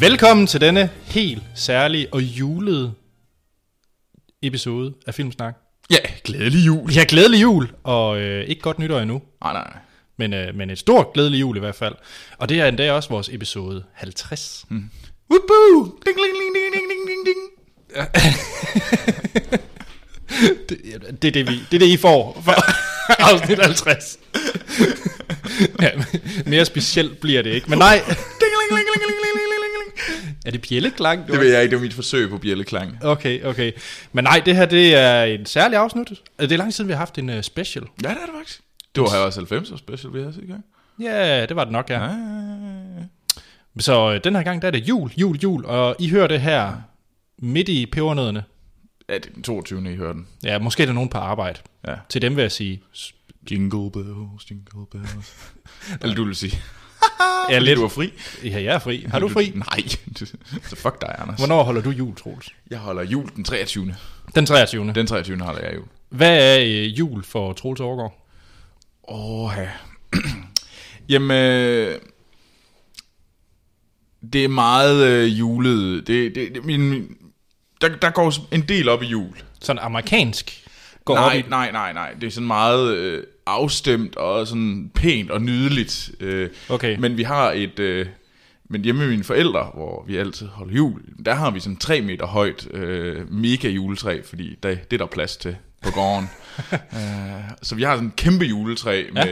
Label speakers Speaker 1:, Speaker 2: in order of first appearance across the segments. Speaker 1: Velkommen til denne helt særlige og julede episode af Filmsnak.
Speaker 2: Ja, glædelig jul.
Speaker 1: Ja, glædelig jul, og øh, ikke godt nytår endnu,
Speaker 2: Nej, Ah, nej, nej.
Speaker 1: men, øh, men et stort glædelig jul i hvert fald. Og det er endda også vores episode 50. Mm.
Speaker 2: Woohoo! Ding, ding, ding, ding, ding, ding, ding, ding.
Speaker 1: Det, det, er det, vi, det er det, I får for afsnit 50. ja, mere specielt bliver det ikke, men nej.
Speaker 2: Ding, ding, ding, ding, ding, ding, ding, ding, ding.
Speaker 1: Er det bjælleklang?
Speaker 2: Det ved jeg ikke, det var mit forsøg på bjælleklang.
Speaker 1: Okay, okay. Men nej, det her det er en særlig afsnit. Det er lang tid siden, vi har haft en øh, special.
Speaker 2: Ja, det er det faktisk. Det var her også 90'er special, vi havde sidste gang.
Speaker 1: Ja, yeah, det var det nok, ja.
Speaker 2: Ja, ja, ja, ja.
Speaker 1: Så øh, den her gang, der er det jul, jul, jul, og I hører det her midt i pebernødderne.
Speaker 2: Ja, det er den 22. I hørte den.
Speaker 1: Ja, måske er der nogen på arbejde.
Speaker 2: Ja.
Speaker 1: Til dem vil jeg sige, s-
Speaker 2: Jingle bells, jingle bells. Eller du vil sige.
Speaker 1: ja, lidt,
Speaker 2: Ah, Du var fri.
Speaker 1: ja, jeg er fri. Har du fri?
Speaker 2: Nej. Så fuck dig, Anders.
Speaker 1: Hvornår holder du jul, Troels?
Speaker 2: Jeg holder jul den 23.
Speaker 1: Den 23.
Speaker 2: Den 23. holder jeg jul.
Speaker 1: Hvad er øh, jul for Troels Overgaard?
Speaker 2: Åh, ja. Jamen, øh, det er meget øh, julet. Det, det, det, min, der, der går en del op i jul.
Speaker 1: Sådan amerikansk går op
Speaker 2: Nej,
Speaker 1: i...
Speaker 2: nej, nej, nej. Det er sådan meget øh, afstemt og sådan pænt og nydeligt. Øh,
Speaker 1: Okay.
Speaker 2: Men vi har et... Øh, men hjemme med mine forældre, hvor vi altid holder jul, der har vi sådan 3 meter højt øh, mega juletræ, fordi der, det er der plads til på gården. øh, så vi har sådan en kæmpe juletræ, med,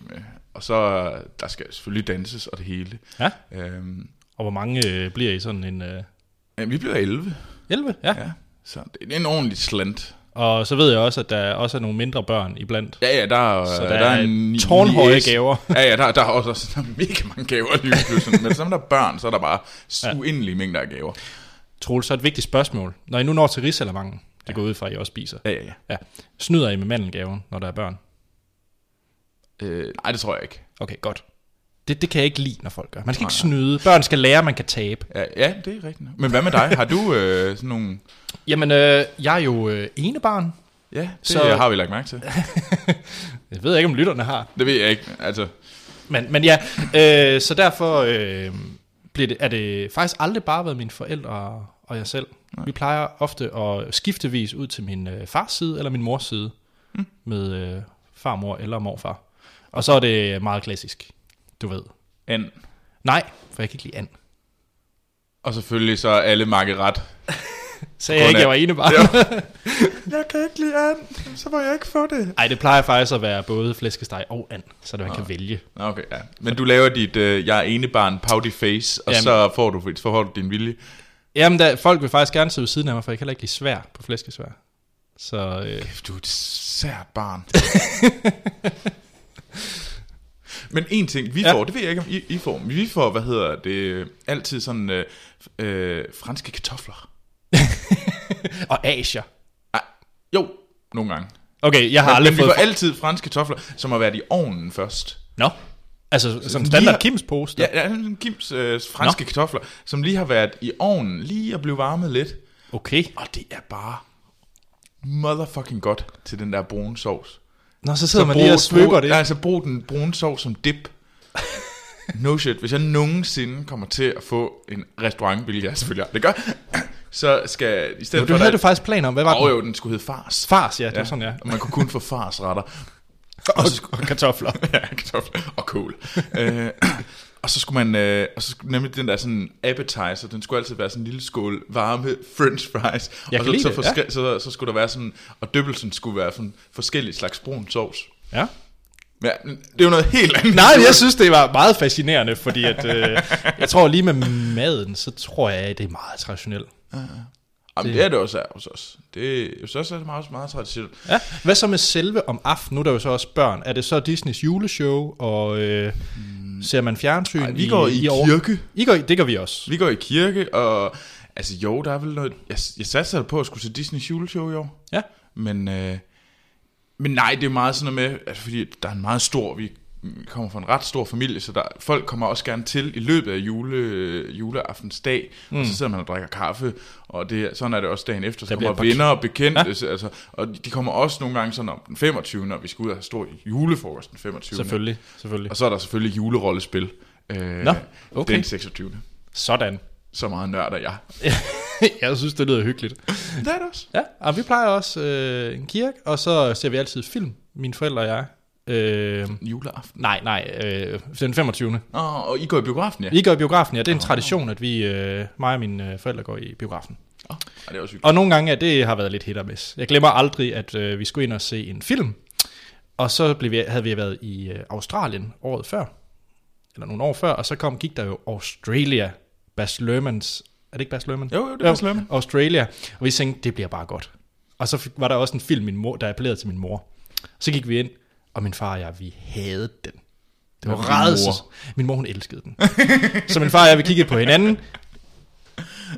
Speaker 2: med, og så der skal selvfølgelig danses og det hele.
Speaker 1: Ja,
Speaker 2: Øhm,
Speaker 1: og hvor mange øh, bliver I sådan en... Øh,
Speaker 2: Øh, vi bliver 11,
Speaker 1: 11, ja. ja.
Speaker 2: ja. så det er en ordentlig slant.
Speaker 1: Og så ved jeg også, at der også er nogle mindre børn iblandt.
Speaker 2: Ja, ja, der, er- øh,
Speaker 1: Så Øh, der
Speaker 2: der
Speaker 1: er
Speaker 2: er en
Speaker 1: tårnhøje
Speaker 2: niece.
Speaker 1: gaver.
Speaker 2: Ja, ja, der, der er også også- der er mega mange gaver lige pludselig. Men som der er børn, så er der bare ja. uendelige mængder af gaver.
Speaker 1: Troels, så er et vigtigt spørgsmål. Når I nu når til Rigsalermangen, det går ud fra, at I også spiser.
Speaker 2: Ja, ja, ja.
Speaker 1: Ja. Snyder I med mandelgaven, når der er børn?
Speaker 2: Øh, nej, det tror jeg ikke.
Speaker 1: Okay, godt. Det, det kan jeg ikke lide, når folk gør. Man skal ikke snyde. Børn skal lære, at man kan tabe.
Speaker 2: Ja, ja det er rigtigt. nok. Men hvad med dig? Har du øh, sådan nogle...
Speaker 1: Jamen, øh, jeg er jo øh, enebarn.
Speaker 2: Ja, det
Speaker 1: Så-
Speaker 2: så... har vi lagt mærke til.
Speaker 1: Jeg ved ikke, om lytterne har.
Speaker 2: Det ved jeg ikke. Altså,
Speaker 1: Men, men ja, øh, så derfor øh, bliver det, er det faktisk aldrig bare været mine forældre og jeg selv. Nej. Vi plejer ofte at skiftevis ud til min øh, fars side eller min mors side mm. med øh, farmor eller morfar. Og så er det meget klassisk, du ved.
Speaker 2: and.
Speaker 1: Nej, for jeg kan ikke lide and.
Speaker 2: Og selvfølgelig så er alle makket ret.
Speaker 1: Sagde jeg ikke, jeg var enebarn?
Speaker 2: Jeg kan ikke lide and, så må jeg ikke få det.
Speaker 1: Ej, det plejer faktisk at være både flæskesteg og and, så man kan vælge.
Speaker 2: Okay, ja. Men du laver dit, øh, jeg er enebarn, pouty face, og
Speaker 1: Jamen.
Speaker 2: Jamen. så får du, så får du din vilje.
Speaker 1: Jamen, der, folk vil faktisk gerne sidde ved siden af mig, for jeg kan heller ikke lide svær på flæskesvær. Så øh,
Speaker 2: Kæft, du er et sært barn. Men en ting, vi
Speaker 1: Ja.
Speaker 2: ja. får, det ved jeg ikke, om I, I får, men vi får, hvad hedder det, øh, altid sådan øh, øh, franske kartofler.
Speaker 1: og asier.
Speaker 2: Ej, jo, nogle gange.
Speaker 1: Okay, jeg har
Speaker 2: Men,
Speaker 1: aldrig
Speaker 2: men vi
Speaker 1: fået...
Speaker 2: får altid franske kartofler, som har været i ovnen først.
Speaker 1: Nå, altså som standard
Speaker 2: Lige-
Speaker 1: Kims poster.
Speaker 2: Ja, ja sådan en Kims øh, franske
Speaker 1: Nå.
Speaker 2: Nå. kartofler, som lige har været i ovnen, lige og blevet varmet lidt.
Speaker 1: Okay.
Speaker 2: Og det er bare motherfucking godt til den der brune sovs.
Speaker 1: Nå, så sidder så man
Speaker 2: brug-
Speaker 1: lige og svøber
Speaker 2: brug-
Speaker 1: det.
Speaker 2: Nej, så brug den brune sovs som dip. No shit, hvis jeg nogensinde kommer til at få en restaurant, hvilket jeg selvfølgelig aldrig gør, så skal i stedet
Speaker 1: Jo,
Speaker 2: for...
Speaker 1: du havde du
Speaker 2: der-
Speaker 1: faktisk planer om, hvad var
Speaker 2: Åh,
Speaker 1: det?
Speaker 2: jo, den skulle hedde fars.
Speaker 1: Fars, ja, det var sådan, ja.
Speaker 2: Og man kunne kun få fars retter.
Speaker 1: Og, og kartofler.
Speaker 2: ja, kartofler og kål. øh, og så skulle man, øh, og så skulle nemlig den der sådan appetizer, den skulle altid være sådan en lille skål varme french fries.
Speaker 1: Jeg kan
Speaker 2: og så,
Speaker 1: lide
Speaker 2: så,
Speaker 1: det,
Speaker 2: forske- så, så, skulle der være sådan, og dyppelsen skulle være sådan forskellige slags brun sovs.
Speaker 1: Ja.
Speaker 2: Ja, men det er jo noget helt andet.
Speaker 1: Nej, men jeg synes, det var meget fascinerende, fordi at, øh, jeg tror lige med maden, så tror jeg, at det er meget traditionelt.
Speaker 2: Jamen, det er det også her hos os. Det, hos os er det meget, også meget traditionelt.
Speaker 1: Ja. Hvad så med selve om aftenen? Nu er der jo så også børn. Er det så Disneys juleshow, og øh, ser man fjernsyn?
Speaker 2: Ej, vi går i, i
Speaker 1: år-
Speaker 2: kirke.
Speaker 1: I går i, det gør vi også.
Speaker 2: Vi går i kirke, og... Altså jo, der er vel noget... Jeg, jeg satser på at skulle til Disney's juleshow i år.
Speaker 1: Ja.
Speaker 2: Men, øh, men nej, det er meget sådan noget med... Altså, fordi der er en meget stor... Vi kommer fra en ret stor familie, så der, folk kommer også gerne til i løbet af jule, øh, juleaftensdag. Mm. Og så sidder man og drikker kaffe, og det, er- sådan er det også dagen efter. Så
Speaker 1: bliver
Speaker 2: kommer
Speaker 1: et par-
Speaker 2: venner og bekendte, ja. altså, og de kommer også nogle gange sådan om den 25, når vi skal ud og have stor julefrokost den 25.
Speaker 1: Selvfølgelig, selvfølgelig.
Speaker 2: Og så er der selvfølgelig julerollespil. Øh,
Speaker 1: Nå, okay.
Speaker 2: Den 26.
Speaker 1: Sådan.
Speaker 2: Så meget nørd er jeg.
Speaker 1: jeg synes, det lyder hyggeligt.
Speaker 2: Det er det også.
Speaker 1: Ja, og vi plejer også øh, en kirke, og så ser vi altid film, mine forældre og jeg. Øh,
Speaker 2: Juleaften.
Speaker 1: nej, nej, øh, den 25.
Speaker 2: Åh, og I går i biografen, ja?
Speaker 1: Vi går i biografen, ja. Det er en tradition, at vi, øh, mig og mine øh, forældre går i biografen.
Speaker 2: Åh, ja, det er også hyggeligt.
Speaker 1: Og nogle gange, at det har været lidt hit og miss. Jeg glemmer aldrig, at øh, vi skulle ind og se en film, og så blev vi, havde vi været i øh, Australien året før, eller nogle år før, og så kom, gik der jo Australia, Bas Lermans, er det ikke Bas Lerman?
Speaker 2: Jo, jo, det er også
Speaker 1: Jo, Australia, og vi tænkte, det bliver bare godt. Og så fik- var der også en film, min mor, der appellerede til min mor. Så gik vi ind, og min far og jeg, vi havde den. Det var
Speaker 2: Hvad var din mor?
Speaker 1: rædsels. Min mor, hun elskede den. så min far og jeg, vi kiggede på hinanden.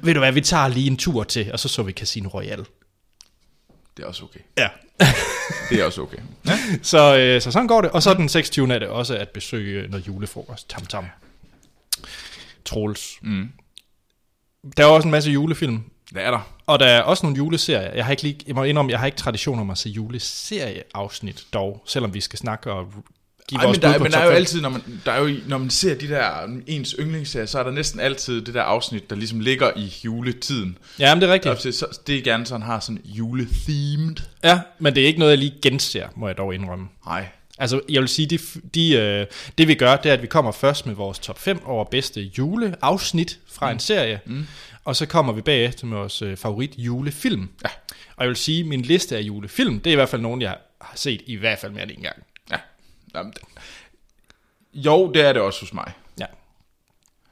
Speaker 1: Ved du hvad, vi tager lige en tur til, og så så vi Casino Royale.
Speaker 2: Det er også okay.
Speaker 1: Ja.
Speaker 2: Det er også okay. Ja.
Speaker 1: Så, øh, så sådan går det. Og så den 26. er det også at besøge noget julefrokost. Tam tam. Troels.
Speaker 2: Mm.
Speaker 1: Der er også en masse julefilm.
Speaker 2: Det er der.
Speaker 1: Og der er også nogle juleserier. Jeg har ikke lige, jeg må indrømme, jeg har ikke tradition om at se juleserieafsnit dog, selvom vi skal snakke og give
Speaker 2: Ej,
Speaker 1: vores
Speaker 2: men der,
Speaker 1: bud
Speaker 2: er-
Speaker 1: på
Speaker 2: men der er
Speaker 1: top
Speaker 2: jo
Speaker 1: fem.
Speaker 2: altid, når man, der er jo, når man ser de der ens yndlingsserier, så er der næsten altid det der afsnit, der ligesom ligger i juletiden.
Speaker 1: Ja, men det er rigtigt.
Speaker 2: Ja. Så det er gerne sådan har sådan julethemed.
Speaker 1: Ja, men det er ikke noget, jeg lige genser, må jeg dog indrømme.
Speaker 2: Nej.
Speaker 1: Altså, jeg vil sige, de, de, øh, det vi gør, det er, at vi kommer først med vores top 5 over bedste juleafsnit fra mm. en serie, mm. og så kommer vi bagefter med vores øh, favorit julefilm. Ja. Og jeg vil sige, min liste af julefilm, det er i hvert fald nogen, jeg har set i hvert fald mere end en gang.
Speaker 2: Ja. Jamen, det- jo, det er det også hos mig.
Speaker 1: Ja.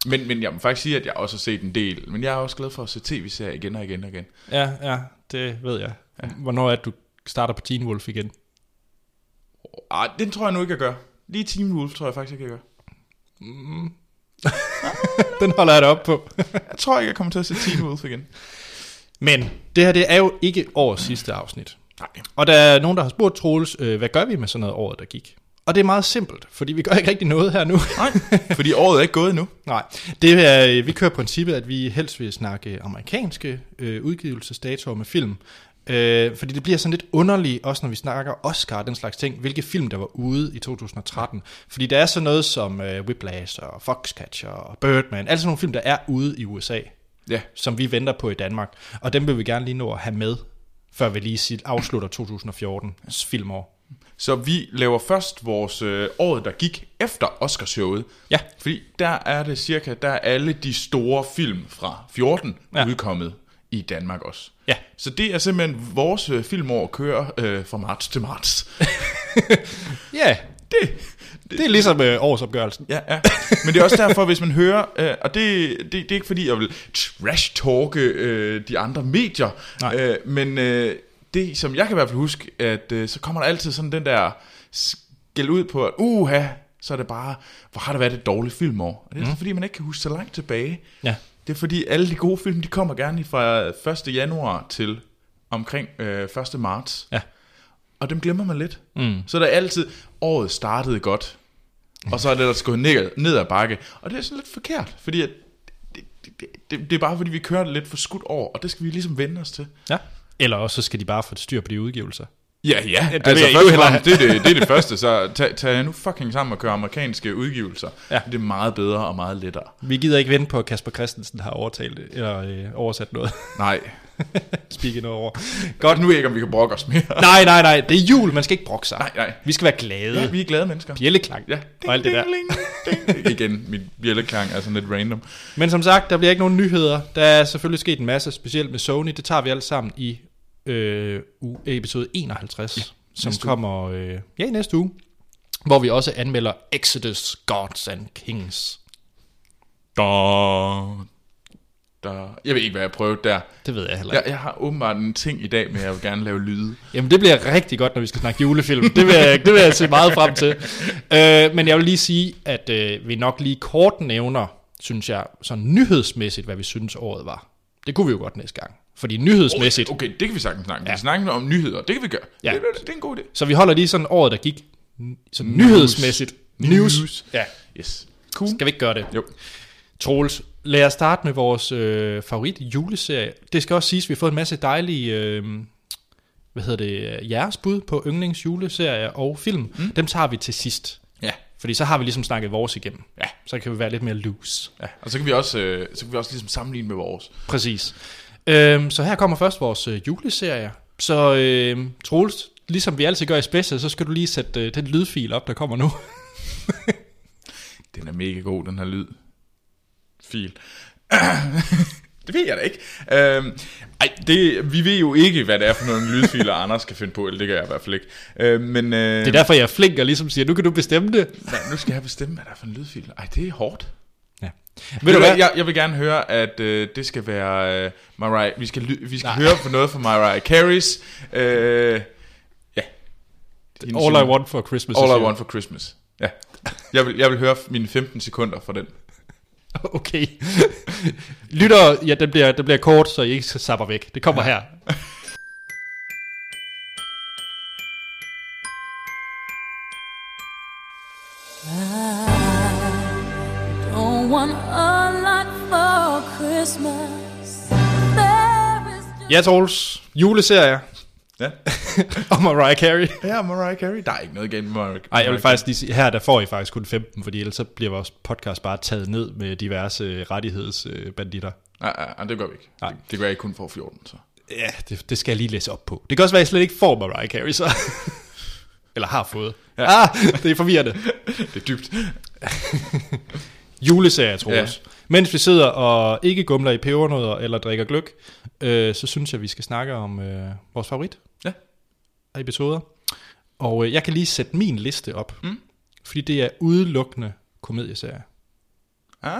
Speaker 2: Men, men jeg må faktisk sige, at jeg også har set en del. Men jeg er også glad for at se tv-serier igen og igen og igen.
Speaker 1: Ja, ja, det ved jeg. Ja. Hvornår er det, du starter på Teen Wolf igen?
Speaker 2: Ah, den tror jeg nu ikke, jeg gør. Lige Team Wolf tror jeg faktisk ikke, jeg gør.
Speaker 1: Mm. Den holder jeg dig op på.
Speaker 2: Jeg tror ikke, jeg kommer til at se Team Wolf igen.
Speaker 1: Men det her, det er jo ikke årets sidste afsnit.
Speaker 2: Nej.
Speaker 1: Og der er nogen, der har spurgt Troels, øh, hvad gør vi med sådan noget året, der gik? Og det er meget simpelt, fordi vi gør ikke rigtig noget her nu.
Speaker 2: Nej, fordi året er ikke gået endnu.
Speaker 1: Nej, det er, øh, vi kører princippet, at vi helst vil snakke amerikanske øh, udgivelsesdatoer med film. Øh, fordi det bliver sådan lidt underligt, også når vi snakker Oscar og den slags ting, hvilke film der var ude i 2013. Fordi der er sådan noget som øh, Whiplash og Foxcatcher og Birdman, altså nogle film, der er ude i USA,
Speaker 2: Ja,
Speaker 1: som vi venter på i Danmark. Og dem vil vi gerne lige nå at have med, før vi lige sit- afslutter 2014's filmår.
Speaker 2: så vi laver først vores øh, året, der gik efter Oscarshowet.
Speaker 1: Ja.
Speaker 2: Fordi der er det cirka, der er alle de store film fra 14
Speaker 1: Ja.
Speaker 2: ja. udkommet i Danmark også.
Speaker 1: Ja,
Speaker 2: Så det er simpelthen vores øh, filmår kører øh, fra marts til marts.
Speaker 1: yeah.
Speaker 2: Det,
Speaker 1: det er ligesom øh, årsopgørelsen.
Speaker 2: Ja, ja. Men det er også derfor, hvis man hører, øh, og det, det, det er ikke fordi, jeg vil trash-talke øh, de andre medier,
Speaker 1: Nej.
Speaker 2: øh, men øh, det, som jeg kan i hvert fald huske, at øh, så kommer der altid sådan den der skæld ud på, at uha, så er det bare, hvor har det været et dårligt filmår. Og det er mm. fordi, man ikke kan huske så langt tilbage.
Speaker 1: Ja.
Speaker 2: Det er fordi, alle de gode film, de kommer gerne fra 1. januar til omkring øh, 1. marts.
Speaker 1: Ja.
Speaker 2: Og dem glemmer man lidt.
Speaker 1: Mm.
Speaker 2: Så er der altid, året startede godt, og så er det ellers gået ned, ned ad bakke. Og det er sådan lidt forkert, fordi at det, det, det, det er bare fordi, vi kører lidt for skudt over, og det skal vi ligesom vende os til.
Speaker 1: ja. Eller også så skal de bare få styr på de udgivelser.
Speaker 2: Ja, ja.
Speaker 1: det
Speaker 2: det,
Speaker 1: vil
Speaker 2: altså,
Speaker 1: jeg ikke
Speaker 2: først og
Speaker 1: heller
Speaker 2: fremmest, det, er det, det er det første, så tag, tag jer nu fucking sammen og kør amerikanske udgivelser.
Speaker 1: Ja.
Speaker 2: Det er meget bedre og meget lettere.
Speaker 1: Vi gider ikke vente på, at Kasper Christensen har overtalt det, eller øh, oversat noget.
Speaker 2: Nej,
Speaker 1: Spikke noget over.
Speaker 2: godt nu ikke, om vi kan brokke os mere.
Speaker 1: Nej, nej, nej. Det er jul. Man skal ikke brokke sig.
Speaker 2: Nej, nej.
Speaker 1: Vi skal være glade.
Speaker 2: Ja, vi er glade mennesker.
Speaker 1: Bjælleklang.
Speaker 2: Ja,
Speaker 1: og alt det der.
Speaker 2: Ding, ding, ding. Igen, min bjælleklang er sådan lidt random.
Speaker 1: Men som sagt, der bliver ikke nogen nyheder. Der er selvfølgelig sket en masse, specielt med Sony. Det tager vi alt sammen i øh, u- episode 51, ja, som kommer øh, ja, i næste uge. Hvor vi også anmelder Exodus Gods and Kings.
Speaker 2: Da, da. Jeg ved ikke, hvad jeg prøvede der.
Speaker 1: Det ved jeg heller ikke.
Speaker 2: Jeg, jeg har åbenbart en ting i dag med, at jeg vil gerne lave lyde.
Speaker 1: Jamen det bliver rigtig godt, når vi skal snakke julefilm. Det vil jeg, det vil jeg se meget frem til. Øh, men jeg vil lige sige, at øh, vi nok lige kort nævner, synes jeg, sådan nyhedsmæssigt, hvad vi synes året var. Det kunne vi jo godt næste gang. Fordi nyhedsmæssigt.
Speaker 2: Okay, det kan vi sagtens snakke om. Ja. Vi snakker om nyheder. Det kan vi gøre.
Speaker 1: Ja.
Speaker 2: Ja. Det, det, det er en god idé.
Speaker 1: Så vi holder lige sådan året, der gik. Så nyhedsmæssigt.
Speaker 2: News.
Speaker 1: Ja.
Speaker 2: Yes. Cool.
Speaker 1: Skal vi ikke gøre det?
Speaker 2: Jo.
Speaker 1: Troels, lad os starte med vores øh, favorit juleserie. Det skal også siges, at vi har fået en masse dejlige, øh, hvad hedder det, øh, jeres bud på yndlings juleserier og film. Mm. Dem tager vi til sidst.
Speaker 2: Ja.
Speaker 1: Fordi så har vi ligesom snakket vores igennem.
Speaker 2: Ja.
Speaker 1: Så kan vi være lidt mere loose.
Speaker 2: ja. Og så kan vi også, øh, så kan vi også ligesom sammenligne med vores.
Speaker 1: Præcis. Øhm, så her kommer først vores øh, juleserie. Så øh, Troels, ligesom vi altid gør i special, så skal du lige sætte øh, den lydfil op, der kommer nu.
Speaker 2: Den er mega god, den her lyd. Fil. det ved jeg da ikke. Øhm, ej, det, vi ved jo ikke, hvad det er for nogle lydfiler, Anders kan finde på, eller det kan jeg i hvert fald ikke. Øhm, men, øh,
Speaker 1: Det er derfor, jeg er flink og ligesom siger, nu kan du bestemme det.
Speaker 2: Nej, nu skal jeg bestemme, hvad der er for en lydfil. Ej, det er hårdt.
Speaker 1: Ja.
Speaker 2: Ved du hvad, jeg, jeg vil gerne høre, at øh, det skal være øh, Mariah... Vi skal, ly- vi skal
Speaker 1: Nej.
Speaker 2: høre på noget fra Mariah Carey's... Øh, ja. Hendes
Speaker 1: All I Want for Christmas. is
Speaker 2: All I
Speaker 1: You.
Speaker 2: Want for Christmas. Ja. Jeg vil, jeg vil høre mine 15 sekunder fra den.
Speaker 1: Okay. Lytter, ja, den bliver, den bliver kort, så I ikke sapper væk. Det kommer her.
Speaker 3: Don't want a lot for Christmas. There is just
Speaker 1: Ja, Troels. Juleserie
Speaker 2: Ja.
Speaker 1: om Mariah Carey.
Speaker 2: ja, Mariah Carey. Der er ikke noget galt med Mariah
Speaker 1: Nej, jeg
Speaker 2: Mariah
Speaker 1: vil faktisk lige sige, her der får I faktisk kun 15, fordi ellers så bliver vores podcast bare taget ned med diverse øh, rettighedsbanditter.
Speaker 2: Carey. Nej, nej, nej, det gør vi ikke.
Speaker 1: Nej.
Speaker 2: Det, det gør jeg ikke kun for 14, så.
Speaker 1: Ja, det, det skal jeg lige læse op på. Det kan også være, at I slet ikke får Mariah Carey, så. Eller har fået. Ja. Ah, det er forvirrende.
Speaker 2: Det er dybt.
Speaker 1: Juleserie, tror jeg.
Speaker 2: Ja.
Speaker 1: Ja. Mens vi sidder og ikke gumler i pebernødder eller drikker gløk, øh, så synes jeg, vi skal snakke om øh, vores favorit
Speaker 2: Ja.
Speaker 1: af episoder. Og øh, jeg kan lige sætte min liste op,
Speaker 2: Mm.
Speaker 1: fordi det er udelukkende komedieserier.
Speaker 2: Ja.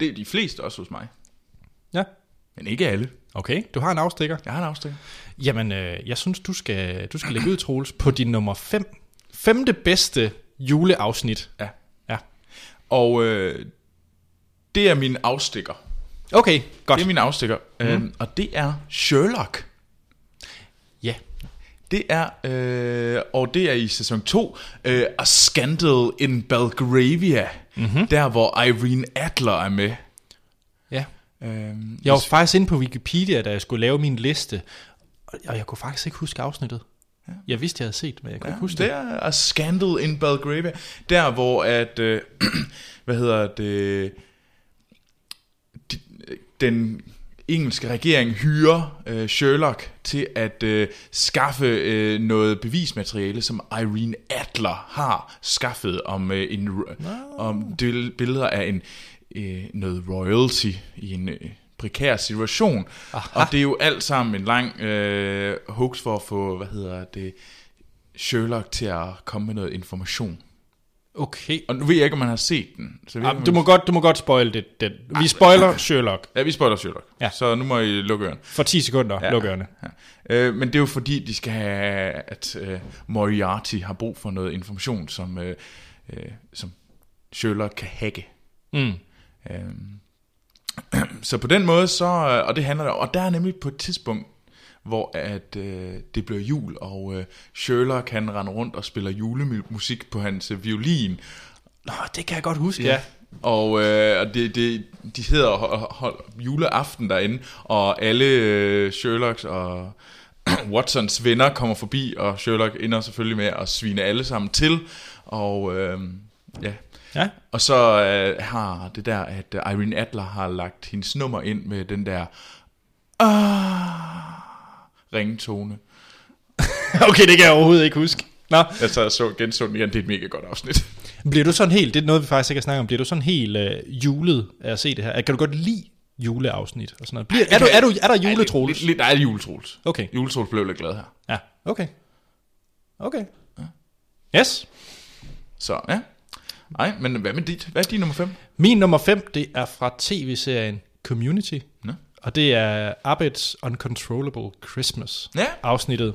Speaker 2: Det er de fleste også hos mig.
Speaker 1: Ja.
Speaker 2: Men ikke alle.
Speaker 1: Okay, du har en afstikker.
Speaker 2: Jeg har en afstikker.
Speaker 1: Jamen, øh, jeg synes, du skal, du skal lægge ud, Troels, på din nummer 5. Fem. Femte bedste juleafsnit.
Speaker 2: Ja.
Speaker 1: Ja.
Speaker 2: Og øh, det er min afstikker.
Speaker 1: Okay, godt. Mhm.
Speaker 2: Det er min afstikker. Mm. Øhm, og det er Sherlock.
Speaker 1: Ja.
Speaker 2: Det er, øh, og det er i sæson 2, øh, A Scandal in Belgravia,
Speaker 1: Mhm.
Speaker 2: mm-hmm. der hvor Irene Adler er med.
Speaker 1: ja.
Speaker 2: Øhm,
Speaker 1: Jeg var faktisk inde på Wikipedia, da jeg skulle lave min liste, og jeg kunne faktisk ikke huske afsnittet. Ja. Jeg vidste, jeg havde set, men jeg kunne ja, ikke huske det.
Speaker 2: det er A Scandal in Belgravia, der hvor at, øh, hvad hedder det, de, den engelske regering hyrer øh, Sherlock til at øh, skaffe øh, noget bevismateriale, som Irene Adler har skaffet om, øh, en, r- om del- billeder af en øh, noget royalty i en øh, prekær situation. Aha. Og det er jo alt sammen en lang øh, hoax for at få, hvad hedder det, Sherlock til at komme med noget information.
Speaker 1: Okay.
Speaker 2: Og nu ved jeg ikke, om man har set den. Så jeg ved, ikke,
Speaker 1: Ah,
Speaker 2: om
Speaker 1: du,
Speaker 2: man-
Speaker 1: må godt, du må godt spoil det. Den. Vi spoiler Sherlock
Speaker 2: Ja, vi spoiler Sherlock,
Speaker 1: Ja.
Speaker 2: ja. så nu må I lukke øren.
Speaker 1: for 10 sekunder, ja. luk ørerne.
Speaker 2: Ja. Øh, men det er jo fordi, de skal have, at øh, Moriarty har brug for noget information, som, øh, øh, som Sherlock kan hacke.
Speaker 1: Mm.
Speaker 2: Øh, så på den måde, så, øh, og det handler der, og der er nemlig på et tidspunkt, hvor at, øh, det bliver jul, og øh, Sherlock han render rundt og spiller julemusik på hans øh, violin,
Speaker 1: Nå, det kan jeg godt huske,
Speaker 2: Ja. Og, øh, og det, det, de hedder hold, hold, juleaften derinde, og alle øh, Sherlocks og Watsons venner kommer forbi, og Sherlock ender selvfølgelig med at svine alle sammen til. Og øh, ja,
Speaker 1: ja.
Speaker 2: og så øh, har det der, at øh, Irene Adler har lagt hendes nummer ind med den der ah, ringtone.
Speaker 1: Okay, det kan jeg overhovedet ikke huske. Nå.
Speaker 2: Altså, jeg så genså den igen, det er et mega godt afsnit.
Speaker 1: Bliver du sådan helt, det er noget, vi faktisk ikke har snakket om, bliver du sådan helt øh, julet af at se det her? Kan du godt lide juleafsnit og sådan noget? Bliver, er, du, er, du, er der juletroles?
Speaker 2: Lidt, lidt, der er juletrols.
Speaker 1: Okay,
Speaker 2: Juletrols blev lidt glad her.
Speaker 1: ja. Okay. Okay. Yes.
Speaker 2: Så ja. Nej, men hvad med dit? Hvad er din nummer 5?
Speaker 1: Min nummer 5, det er fra tv-serien Community.
Speaker 2: Nå.
Speaker 1: Og det er Abed's Uncontrollable Christmas.
Speaker 2: Ja.
Speaker 1: afsnittet.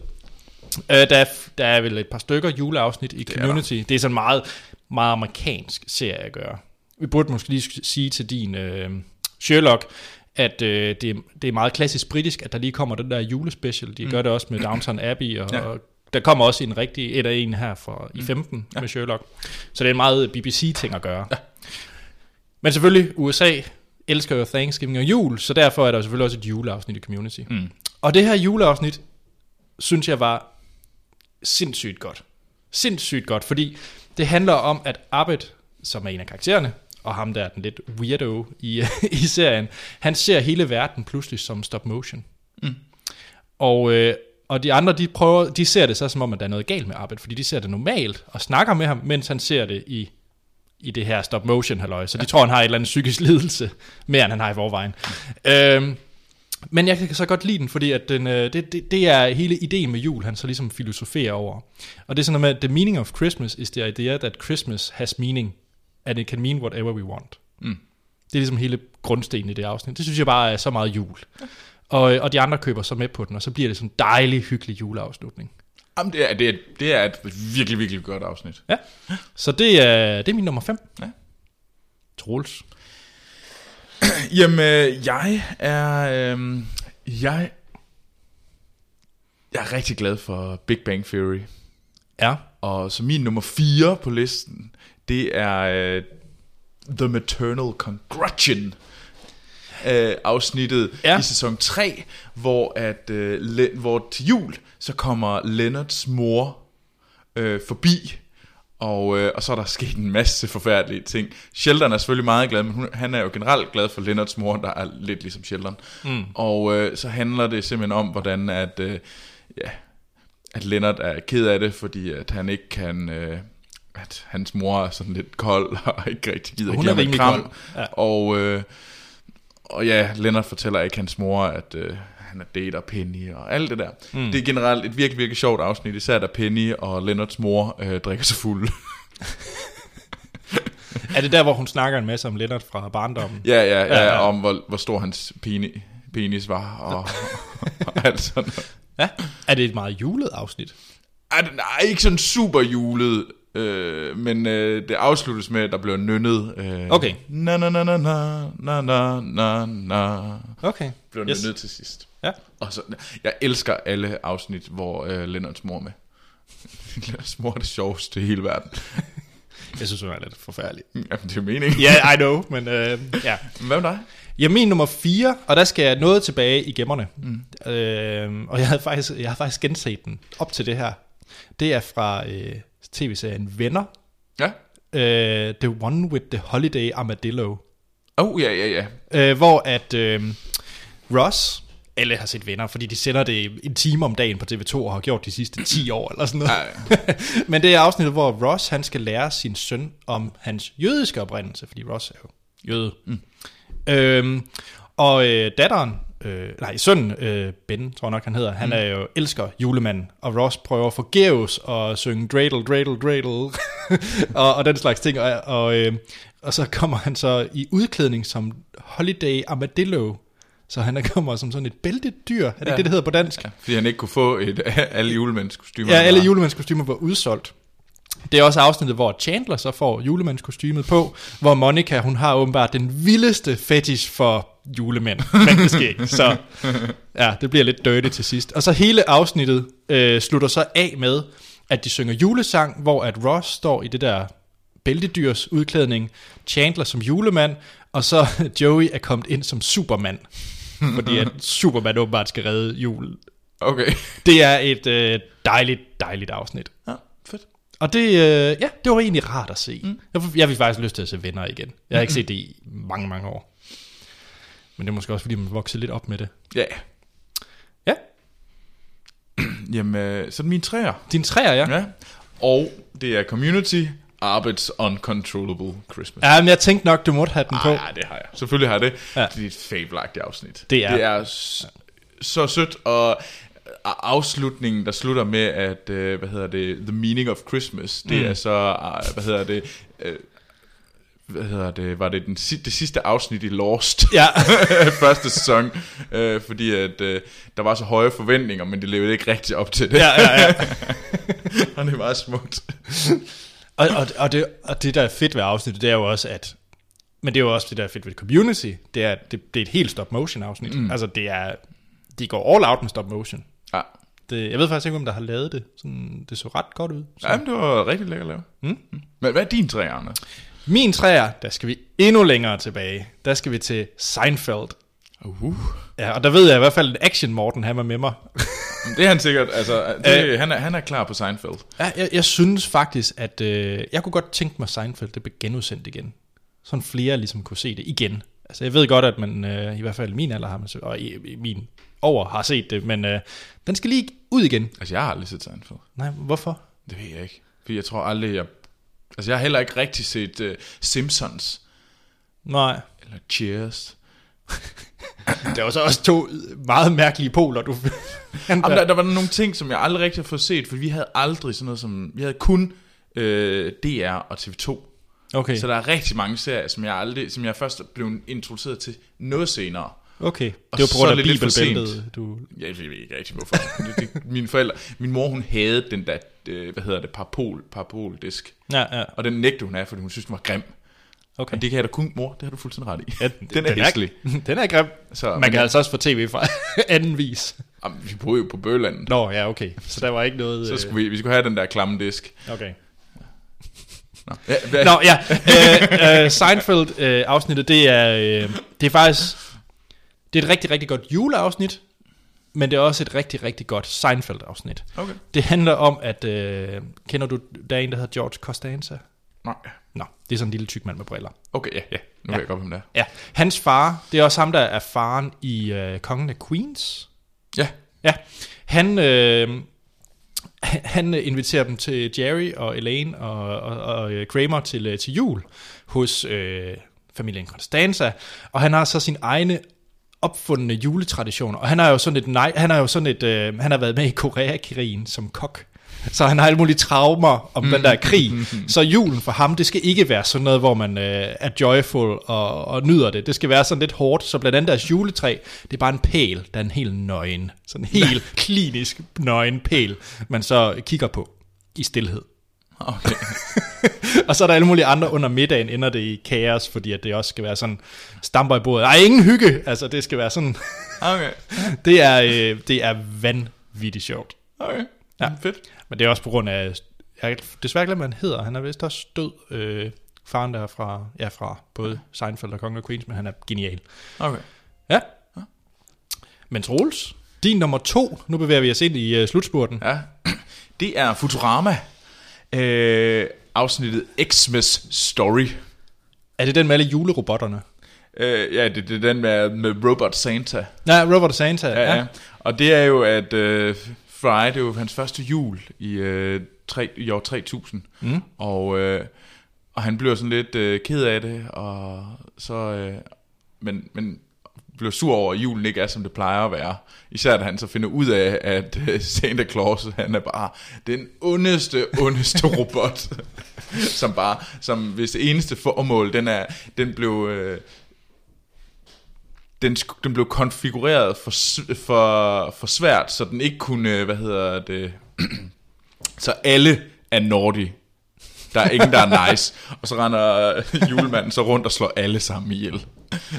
Speaker 1: Øh, der, er, f- der er vel et par stykker juleafsnit i
Speaker 2: er
Speaker 1: Community. Det er, det er sådan meget, meget amerikansk serie at gøre. Vi burde måske lige sk- sige til din øh, Sherlock, at øh, det, er- det er meget klassisk britisk, at der lige kommer den der julespecial. De mm. gør det også med Downton Abbey, og, ja.
Speaker 2: Ja.
Speaker 1: og der kommer også en rigtig et af en her fra, i 15 ja. med Sherlock. Så det er en meget BBC-ting at gøre. Ja. Men selvfølgelig, USA elsker jo Thanksgiving og jul, så derfor er der selvfølgelig også et juleafsnit i Community. Mm. Og det her juleafsnit, synes jeg var sindssygt godt. sindssygt godt, fordi det handler om, at Abed, som er en af karaktererne, og ham der er den lidt weirdo i, i serien, han ser hele verden pludselig som stop motion.
Speaker 2: Mm.
Speaker 1: Og, øh, og de andre, de, prøver, de ser det så som om, at der er noget galt med Abed, fordi de ser det normalt og snakker med ham, mens han ser det i i det her stop motion halløj, så de tror, han har et eller andet psykisk lidelse, mere end han har i forvejen. Øhm, men jeg kan så godt lide den, fordi at den, øh, det, det, det er hele ideen med jul, han så ligesom filosoferer over. Og det er sådan noget med, the meaning of Christmas is the idea that Christmas has meaning, and it can mean whatever we want.
Speaker 2: Mm.
Speaker 1: Det er ligesom hele grundstenen i det afsnit. Det synes jeg bare er så meget jul. Og, øh, og de andre køber så med på den, og så bliver det sådan en dejlig, hyggelig juleafslutning.
Speaker 2: Jamen, det er, det, er, det er et virkelig, virkelig godt afsnit.
Speaker 1: Ja, så det er, det er min nummer 5.
Speaker 2: Ja.
Speaker 1: Troels.
Speaker 2: Jamen, øh, jeg er... Øh, jeg, jeg er rigtig glad for Big Bang Theory.
Speaker 1: Ja.
Speaker 2: Og så min nummer 4 på listen, det er øh, The Maternal Congratulation. Øh, afsnittet
Speaker 1: Ja.
Speaker 2: ja. i sæson 3, hvor, at, øh, le, hvor til jul, så kommer Leonards mor øh, forbi, og, øh, og så er der sket en masse forfærdelige ting. Sheldon er selvfølgelig meget glad, men hun, han er jo generelt glad for Leonards mor, der er lidt ligesom Sheldon. Mm. Og øh, så handler det simpelthen om, hvordan at, øh, ja, at Leonard er ked af det, fordi at han ikke kan... Øh, at hans mor er sådan lidt kold og ikke rigtig gider
Speaker 1: Hun
Speaker 2: give
Speaker 1: er
Speaker 2: ham et
Speaker 1: rimelig
Speaker 2: kram.
Speaker 1: kold, ja.
Speaker 2: Og, øh, og ja, Leonard fortæller ikke hans mor, at øh, han er dater Penny og alt det der. Mm. Det er generelt et virkelig, virkelig sjovt afsnit, især da Penny og Leonards mor øh, drikker sig fuld.
Speaker 1: Er det der, hvor hun snakker en masse om Lennart fra barndommen?
Speaker 2: ja, ja, ja,
Speaker 1: ja.
Speaker 2: ja, om hvor, hvor stor hans peni, penis var og, og alt sådan noget.
Speaker 1: Ja. Er det et meget julet afsnit?
Speaker 2: Ej, den er ikke sådan super julet, øh, men øh, det afsluttes med, at der bliver nynnet. Øh,
Speaker 1: Okay.
Speaker 2: Na na na na na na na na na.
Speaker 1: Okay.
Speaker 2: Bliver yes. nynnet til sidst.
Speaker 1: Ja.
Speaker 2: Og så, jeg elsker alle afsnit, hvor øh, Lennarts mor er med. Lennarts mor er det sjoveste i hele verden.
Speaker 1: Jeg synes, hun er lidt forfærdelig.
Speaker 2: Jamen, det er meningen.
Speaker 1: Ja, yeah, I know, men øh, ja.
Speaker 2: Hvad med dig?
Speaker 1: Ja, min nummer 4, og der skal jeg noget tilbage i gemmerne. Mm. Øh, og jeg havde, faktisk, jeg havde faktisk genset den op til det her. Det er fra øh, tv-serien Venner.
Speaker 2: Ja.
Speaker 1: Øh, the One with the Holiday Armadillo.
Speaker 2: Oh, ja, ja, ja.
Speaker 1: Øh, hvor at øh, Ross, alle har set venner, fordi de sender det en time om dagen på TV2 og har gjort de sidste 10 år eller sådan noget.
Speaker 2: Ej.
Speaker 1: Men det er afsnittet, hvor Ross han skal lære sin søn om hans jødiske oprindelse, fordi Ross er jo jøde. Mm. Øhm, og øh, datteren, øh, nej, sønnen, øh, Ben, tror jeg nok han hedder, han er jo elsker julemanden, og Ross prøver forgæves at synge dreidel, dreidel, dreidel, og, og den slags ting, og, og, øh, og så kommer han så i udklædning som Holiday Armadillo, så han er kommer som sådan et bæltedyr, er det ja. ikke det, det hedder på dansk? Ja.
Speaker 2: Fordi han ikke kunne få et, alle julemandskostymer.
Speaker 1: Ja, alle julemandskostymer var udsolgt. Det er også afsnittet, hvor Chandler så får julemandskostymet på, hvor Monica, hun har åbenbart den vildeste fetish for julemænd. Rigtig skæg. Så ja, det bliver lidt dirty til sidst. Og så hele afsnittet øh, slutter så af med, at de synger julesang, hvor at Ross står i det der bæltedyrs udklædning, Chandler som julemand, og så Joey er kommet ind som Superman. Fordi at Superman åbenbart skal redde julen.
Speaker 2: Okay.
Speaker 1: Det er et øh, dejligt, dejligt afsnit.
Speaker 2: Ja, fedt.
Speaker 1: Og det, øh, ja, det var egentlig rart at se. Mm. Jeg, jeg fik faktisk lyst til at se Venner igen. Jeg har ikke set det i mange, mange år. Men det er måske også, fordi man voksede lidt op med det.
Speaker 2: Ja.
Speaker 1: Ja,
Speaker 2: Jamen, øh, så er det mine træer.
Speaker 1: din træer, ja.
Speaker 2: Ja. Og det er Community, Arbets Uncontrollable Christmas.
Speaker 1: Ja, men jeg tænkte nok, du måtte have den på.
Speaker 2: Ja, det har jeg. Selvfølgelig har jeg det.
Speaker 1: Ja.
Speaker 2: Ja. Det er et fabelagtigt afsnit.
Speaker 1: Det er.
Speaker 2: Det er s- så sødt, og og afslutningen, der slutter med, at, øh, hvad hedder det, The Meaning of Christmas, det mm. er så, øh, hvad hedder det, øh, hvad hedder det, var det den, si- det sidste afsnit i Lost?
Speaker 1: Ja,
Speaker 2: første sæson, øh, fordi at øh, der var så høje forventninger, men det levede ikke rigtig op til det.
Speaker 1: ja, ja. ja.
Speaker 2: og det er meget smukt.
Speaker 1: Og, og, og, det, og det, der er fedt ved afsnittet, det er jo også, at... Men det er jo også det, der er fedt ved Community. Det er, at det, det er et helt stop-motion-afsnit. Mm. Altså, det er... De går all out med stop-motion.
Speaker 2: Ja.
Speaker 1: Det, jeg ved faktisk ikke, om der har lavet det. Sådan, det så ret godt ud. Så. Hmm?
Speaker 2: Jamen, det var rigtig lækkert at lave. Mm. Men hvad er din træ, Anders?
Speaker 1: Min træer, der skal vi endnu længere tilbage. Der skal vi til Seinfeld.
Speaker 2: Uh.
Speaker 1: Uh-huh. Ja, og der ved jeg i hvert fald, at Action Morten han var med mig.
Speaker 2: Det er han sikkert. Altså, det, han, er, han er klar på Seinfeld.
Speaker 1: Ja, jeg, jeg synes faktisk, at øh, jeg kunne godt tænke mig, Seinfeld det blev genudsendt igen. Sådan flere ligesom kunne se det igen. Altså jeg ved godt, at man, øh, i hvert fald i min alder har man, se- og i, i min over har set det, men øh, den skal lige ud igen.
Speaker 2: Altså, jeg har aldrig set Seinfeld.
Speaker 1: Nej, hvorfor?
Speaker 2: Det ved jeg ikke. Fordi jeg tror aldrig, jeg... Altså, jeg har heller ikke rigtig set uh, Simpsons.
Speaker 1: Nej.
Speaker 2: Eller Cheers.
Speaker 1: Det var så også to meget mærkelige poler, du
Speaker 2: Jamen, der, der var nogle ting, som jeg aldrig rigtig har fået set, for vi havde aldrig sådan noget som... Vi havde kun øh, DR og TV2.
Speaker 1: Okay,
Speaker 2: Så der er rigtig mange serier, som jeg, aldrig, som jeg først blev introduceret til noget senere.
Speaker 1: okay.
Speaker 2: Og
Speaker 1: Det var på
Speaker 2: så er
Speaker 1: grund af
Speaker 2: det lidt for
Speaker 1: bibelbæltet, du...
Speaker 2: Jeg ved ikke rigtig hvorfor. Det- det- Mine forældre, min mor hun havde den der, øh, hvad hedder det, parpol, parpoldisk.
Speaker 1: Ja, ja,
Speaker 2: Og den nægte hun af, fordi hun synes, den var grim.
Speaker 1: okay.
Speaker 2: Men det kan jeg da kun, mor, det har du fuldstændig ret i.
Speaker 1: ja,
Speaker 2: den er hæslig.
Speaker 1: Den er grim.
Speaker 2: Så,
Speaker 1: Man
Speaker 2: men-
Speaker 1: kan altså også få tv fra anden vis.
Speaker 2: Jamen, vi boede jo på Bølandet.
Speaker 1: Nå, ja, okay. Så der var ikke noget...
Speaker 2: Så
Speaker 1: øh,
Speaker 2: skulle vi, vi skulle have den der klamme disk.
Speaker 1: Okay.
Speaker 2: Nå, ja, hvad,
Speaker 1: Nå, ja. Øh, øh, Seinfeld-afsnittet, det er øh, det er faktisk... Det er et rigtig, rigtig godt juleafsnit, men det er også et rigtig, rigtig godt Seinfeld-afsnit.
Speaker 2: Okay.
Speaker 1: Det handler om, at... Øh, kender du... Der er en, der hedder George Costanza?
Speaker 2: Nej.
Speaker 1: Nå, det er sådan en lille tyk mand med briller.
Speaker 2: Okay, ja, ja. Nu ja. ved jeg godt, hvem det er.
Speaker 1: Ja, hans far, det er også ham, der er faren i øh, Kongen af Queens.
Speaker 2: Ja,
Speaker 1: Ja, han, øh, han- han øh, inviterer dem til Jerry og Elaine og, og, og øh, Kramer til, øh, til jul hos øh, familien Constanza, og han har så sin egne opfundne juletraditioner, og han har jo sådan et, nej, han har jo sådan et, øh, han har været med i Koreakrigen som kok, så han har alle mulige traumer om den der krig, så julen for ham, det skal ikke være sådan noget, hvor man øh, er joyful og, og nyder det, det skal være sådan lidt hårdt, så blandt andet deres juletræ, det er bare en pæl, der er en helt nøgen, sådan en helt klinisk nøgen pæl, man så kigger på i stillhed.
Speaker 2: okay.
Speaker 1: Og så er der alle mulige andre under middagen, ender det i kaos, fordi at det også skal være sådan, stamper i bordet. Ej, ingen hygge! Altså, det skal være sådan,
Speaker 2: Okay,
Speaker 1: det er, øh, det er vanvittigt sjovt.
Speaker 2: okay.
Speaker 1: Ja.
Speaker 2: Ja. Fedt.
Speaker 1: Men det er også på grund af, jeg har desværre glemt, hvad han hedder. Han er vist også død, øh, faren der er fra, ja, fra både Seinfeld og Kongen og Queens, men han er genial.
Speaker 2: Okay.
Speaker 1: Ja. Men Troels, din nummer to, nu bevæger vi os ind i øh, slutspurten.
Speaker 2: Ja. Det er Futurama. Øh, afsnittet Xmas Story.
Speaker 1: Er det den med alle julerobotterne?
Speaker 2: Øh, ja, det, det er den med, med Robot Santa.
Speaker 1: Nej, Robert Santa.
Speaker 2: Ja, ja. Og det er jo, at øh, Fry, det er jo hans første jul i, øh, tre, i år 3000. Mm. Og, øh, og han bliver sådan lidt øh, ked af det, og så, øh, men, men bliver sur over, at julen ikke er, som det plejer at være. Især da han så finder ud af, at øh, Santa Claus, han er bare den ondeste, ondeste robot. som bare, som hvis det eneste formål, den, er, den blev... Øh, den, sk- den blev konfigureret for, s- for, for svært, så den ikke kunne, øh, hvad hedder det, så alle er naughty. Der er ingen, der er nice. Og så render øh, julemanden så rundt og slår alle sammen ihjel.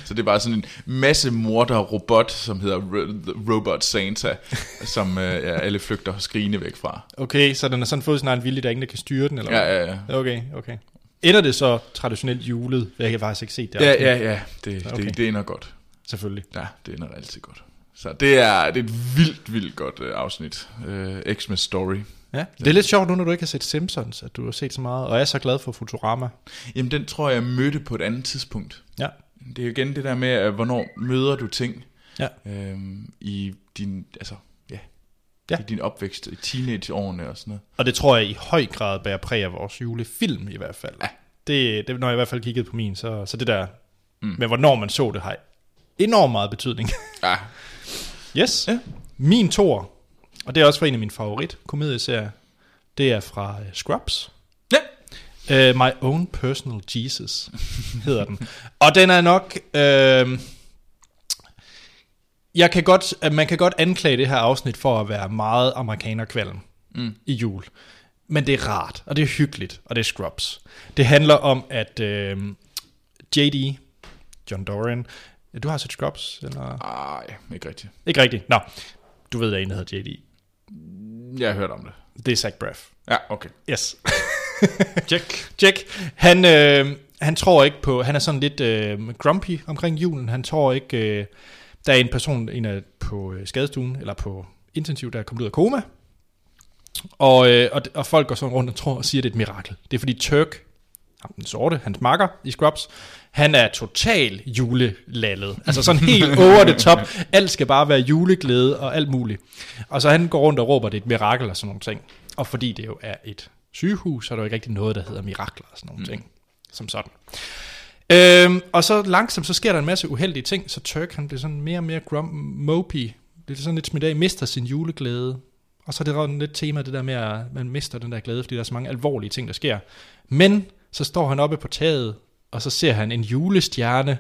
Speaker 2: Så det er bare sådan en masse morder robot, som hedder Ro- The Robot Santa, som øh, ja, alle flygter og skrigende væk fra.
Speaker 1: Okay, så den har sådan fået sin egen vilje, der er ingen, der kan styre den? Eller hvad?
Speaker 2: Ja, ja, ja.
Speaker 1: Okay, okay. Ender det så traditionelt julet? Jeg kan faktisk ikke se det.
Speaker 2: Ja,
Speaker 1: afsnit,
Speaker 2: ja, ja. Det, det,
Speaker 1: Okay.
Speaker 2: det ender godt.
Speaker 1: Selvfølgelig.
Speaker 2: Ja, det ender altid godt. Så det er, det er et vildt, vildt godt øh, afsnit. Øh, Xmas Story.
Speaker 1: Ja. Det er lidt sjovt nu, når du ikke har set Simpsons, at du har set så meget, og er så glad for Futurama.
Speaker 2: Jamen, den tror jeg mødte på et andet tidspunkt.
Speaker 1: Ja.
Speaker 2: Det er jo igen det der med, øh, hvornår møder du ting
Speaker 1: Ja.
Speaker 2: øhm, i din, altså, ja,
Speaker 1: Ja.
Speaker 2: ja. i din opvækst, i teenageårene og sådan noget.
Speaker 1: Og det tror jeg i høj grad bærer præg af vores julefilm i hvert fald. Ja. Det, det når jeg i hvert fald kiggede på min, så, så det der mm. med, hvornår man så det, har enormt meget betydning.
Speaker 2: Ja.
Speaker 1: yes.
Speaker 2: Ja.
Speaker 1: Min tor, og det er også fra en af mine favorit komedieserier, det er fra øh, Scrubs.
Speaker 2: ja.
Speaker 1: Uh, My Own Personal Jesus hedder den. Og den er nok... Øh, jeg kan godt, at man kan godt anklage det her afsnit for at være meget amerikanerkvalm mm. i jul. Men det er rart, og det er hyggeligt, og det er Scrubs. Det handler om, at øh, JD, John Dorian, du har set Scrubs, eller?
Speaker 2: Ej, ikke rigtigt.
Speaker 1: Ikke rigtigt. Nå, du ved, at en der hedder JD.
Speaker 2: Jeg har hørt om det.
Speaker 1: Det er Zach Braff.
Speaker 2: Ja, okay.
Speaker 1: Yes.
Speaker 2: Check.
Speaker 1: Jack, han, øh, han tror ikke på, han er sådan lidt øh, grumpy omkring julen, han tror ikke, øh, der er en person inde på øh, skadestuen, eller på intensivt er kommet ud af koma. Og, øh, og, og folk går sådan rundt og tror og siger, at det er et mirakel. Det er fordi Turk, ham den sorte, hans makker i Scrubs, han er total julelallet. Altså sådan helt over det top. Alt skal bare være juleglæde og alt muligt. Og så han går rundt og råber, at det er et mirakel og sådan nogle ting. Og fordi det jo er et sygehus, så er der jo ikke rigtig noget, der hedder mirakler og sådan nogle mm. ting. Som sådan. Øhm, og så langsomt, så sker der en masse uheldige ting, så Turk han bliver sådan mere og mere grum, mopey, bliver sådan lidt smidt af, mister sin juleglæde. Og så er det sådan lidt tema, det der med, at man mister den der glæde, fordi der er så mange alvorlige ting, der sker. Men så står han oppe på taget, og så ser han en julestjerne,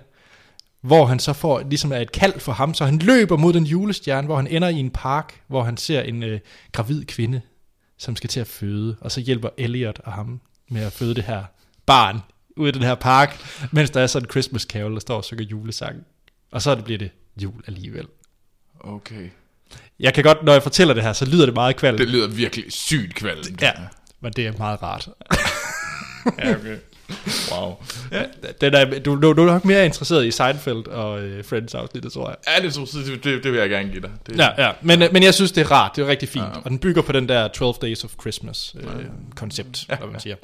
Speaker 1: hvor han så får, ligesom er et kald for ham, så han løber mod den julestjerne, hvor han ender i en park, hvor han ser en øh, gravid kvinde, som skal til at føde, og så hjælper Elliot og ham med at føde det her barn ude i den her park, mens der er sådan en Christmas Carol, der står og synger julesang. Og så er det- bliver det jul alligevel.
Speaker 2: Okay.
Speaker 1: Jeg kan godt, når jeg fortæller det her, så lyder det meget kvalt.
Speaker 2: Det lyder virkelig sygt kvalmt.
Speaker 1: Ja, men det er meget rart.
Speaker 2: ja, okay. Wow.
Speaker 1: Den er, du, du, du er nok mere interesseret i Seinfeld og øh, Friends afsnittet, tror jeg.
Speaker 2: Ja, det, tror jeg- det, det, det vil jeg gerne give dig. Det,
Speaker 1: Ja, ja. Men, øh, men jeg synes, det er rart. Det er rigtig fint.
Speaker 2: Ja.
Speaker 1: Og den bygger på den der 12 Days of Christmas-koncept, øh, koncept, hvad man siger.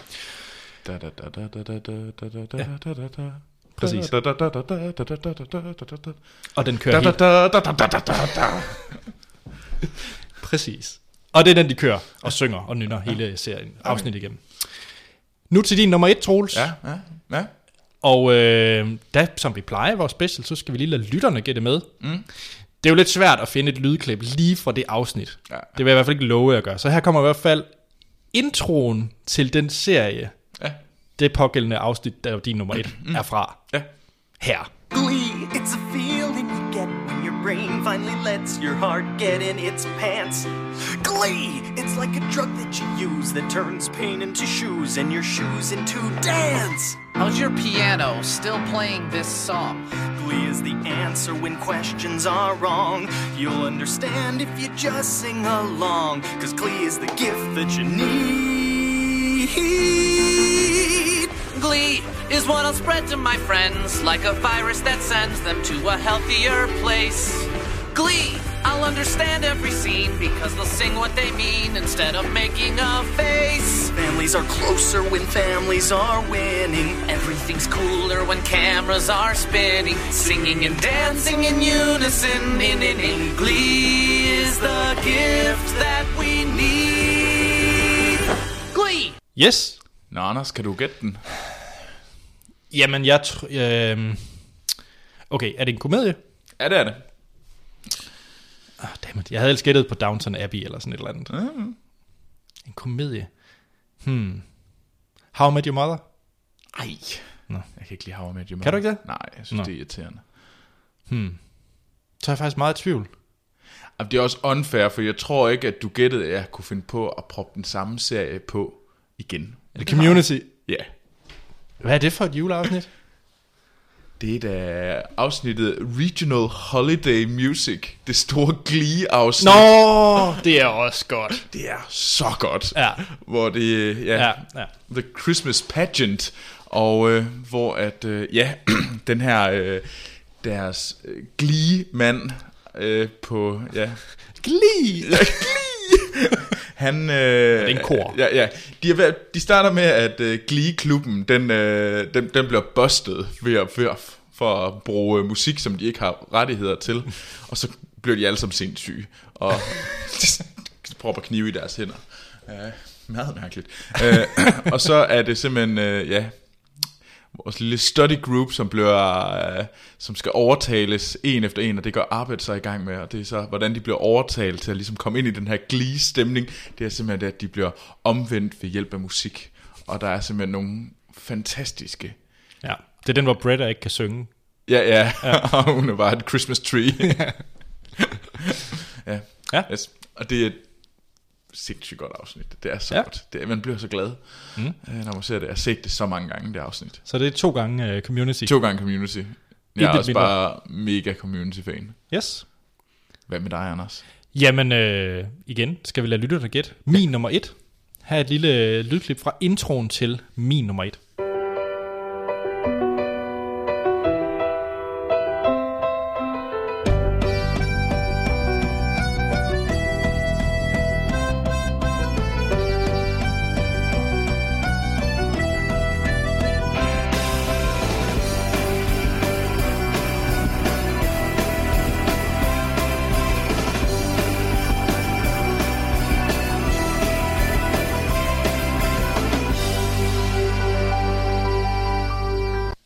Speaker 2: Da, da, da, da, da, da, da, da, da, da, da, da, da.
Speaker 1: Præcis.
Speaker 2: Da, da, da, da, da, da, da, da, da, da, da, da, da.
Speaker 1: Og den kører
Speaker 2: Da, da,
Speaker 1: helt
Speaker 2: da, da, da, da, da, da, da.
Speaker 1: præcis. Og det er den, de kører og synger og nynner hele serien afsnit igennem. Nu til din nummer et, Troels.
Speaker 2: Ja, ja, ja.
Speaker 1: Og øh, da, som vi plejer i vores special, så skal vi lige lade lytterne gætte med.
Speaker 2: Mm.
Speaker 1: Det er jo lidt svært at finde et lydklip lige fra det afsnit.
Speaker 2: Ja.
Speaker 1: Det vil jeg i hvert fald ikke love at gøre. Så her kommer i hvert fald introen til den serie,
Speaker 2: Ja. Mm.
Speaker 1: det pågældende afsnit, der er jo din nummer et, er fra.
Speaker 2: Ja.
Speaker 1: Her.
Speaker 4: Glee, it's a feeling you get when your brain finally lets your heart get in its pants. Glee, it's like a drug that you use that turns pain into shoes and your shoes into dance.
Speaker 5: How's your piano still playing this song?
Speaker 4: Glee is the answer when questions are wrong. You'll understand if you just sing along, cause Glee is the gift that you need.
Speaker 5: Glee is what I'll spread to my friends, like a virus that sends them to a healthier place. Glee, I'll understand every scene because they'll sing what they mean instead of making a face.
Speaker 4: Families are closer when families are winning.
Speaker 5: Everything's cooler when cameras are spinning, singing and dancing in unison. In, in, in. Glee is the gift that we need. Glee!
Speaker 1: Yes.
Speaker 2: Nå, Anders, kan du gætte den?
Speaker 1: Jamen, jeg tror... Øh... Okay, er det en komedie?
Speaker 2: Ja, det er det.
Speaker 1: Ah, dammit. Jeg havde ellers gættet på Downton Abbey eller sådan et eller andet. Mm. En komedie. Hmm. How I Met Your Mother?
Speaker 2: Ej. Nå. Jeg kan ikke lide How I Met Your
Speaker 1: Kan du ikke det?
Speaker 2: Nej, jeg synes,
Speaker 1: Nå.
Speaker 2: Nå. det er irriterende.
Speaker 1: Så er jeg faktisk meget i tvivl.
Speaker 2: Altså, det er også unfair, for jeg tror ikke, at du gættede, at jeg kunne finde på at proppe den samme serie på igen.
Speaker 1: Er det Community?
Speaker 2: Ja.
Speaker 1: Hvad er det for et juleafsnit?
Speaker 2: Det er da afsnittet Regional Holiday Music. Det store Glee-afsnit.
Speaker 1: Nå, det er også godt.
Speaker 2: Det er så godt.
Speaker 1: Ja.
Speaker 2: Hvor det, ja,
Speaker 1: Ja,
Speaker 2: ja.
Speaker 1: ja.
Speaker 2: The Christmas Pageant, og øh, hvor at, øh, ja, den her, øh, deres øh, glee-mand øh, på, ja,
Speaker 1: Glee!
Speaker 2: Ja, Glee. Han, øh, det er
Speaker 1: en kor.
Speaker 2: Ja, ja. De, er, ved- de starter med, at øh, Glee-klubben, den, øh, den, den bliver bustet ved at, ved at, for at bruge øh, musik, som de ikke har rettigheder til. Og så bliver de alle sammen sindssyge. Og de propper knive i deres hænder. Øh, meget mærkeligt. Øh, og så er det simpelthen, øh, ja, vores lille study group, som bliver, øh, som skal overtales en efter en, og det gør arbejde sig i gang med, og det er så, hvordan de bliver overtalt til at ligesom komme ind i den her glee-stemning, det er simpelthen, det, at de bliver omvendt ved hjælp af musik, og der er simpelthen nogle fantastiske
Speaker 1: Ja, det er den, hvor Bretta ikke kan synge.
Speaker 2: Ja, ja, og hun er bare et Christmas tree. ja.
Speaker 1: Ja.
Speaker 2: Yes. Og det er et sindssygt godt afsnit. Det er så
Speaker 1: Ja.
Speaker 2: ja. godt. Det, er- man bliver så glad, mm. når man ser det. Jeg har set det så mange gange, det afsnit.
Speaker 1: Så det er to gange uh, Community.
Speaker 2: To gange Community.
Speaker 1: lidt
Speaker 2: Jeg er også
Speaker 1: mindre.
Speaker 2: bare mega Community-fan.
Speaker 1: Yes.
Speaker 2: Hvad med dig, Anders?
Speaker 1: Jamen, øh, igen, skal vi lade lytterne gætte. Min nummer et. Her er et lille øh, lydklip fra introen til min nummer et.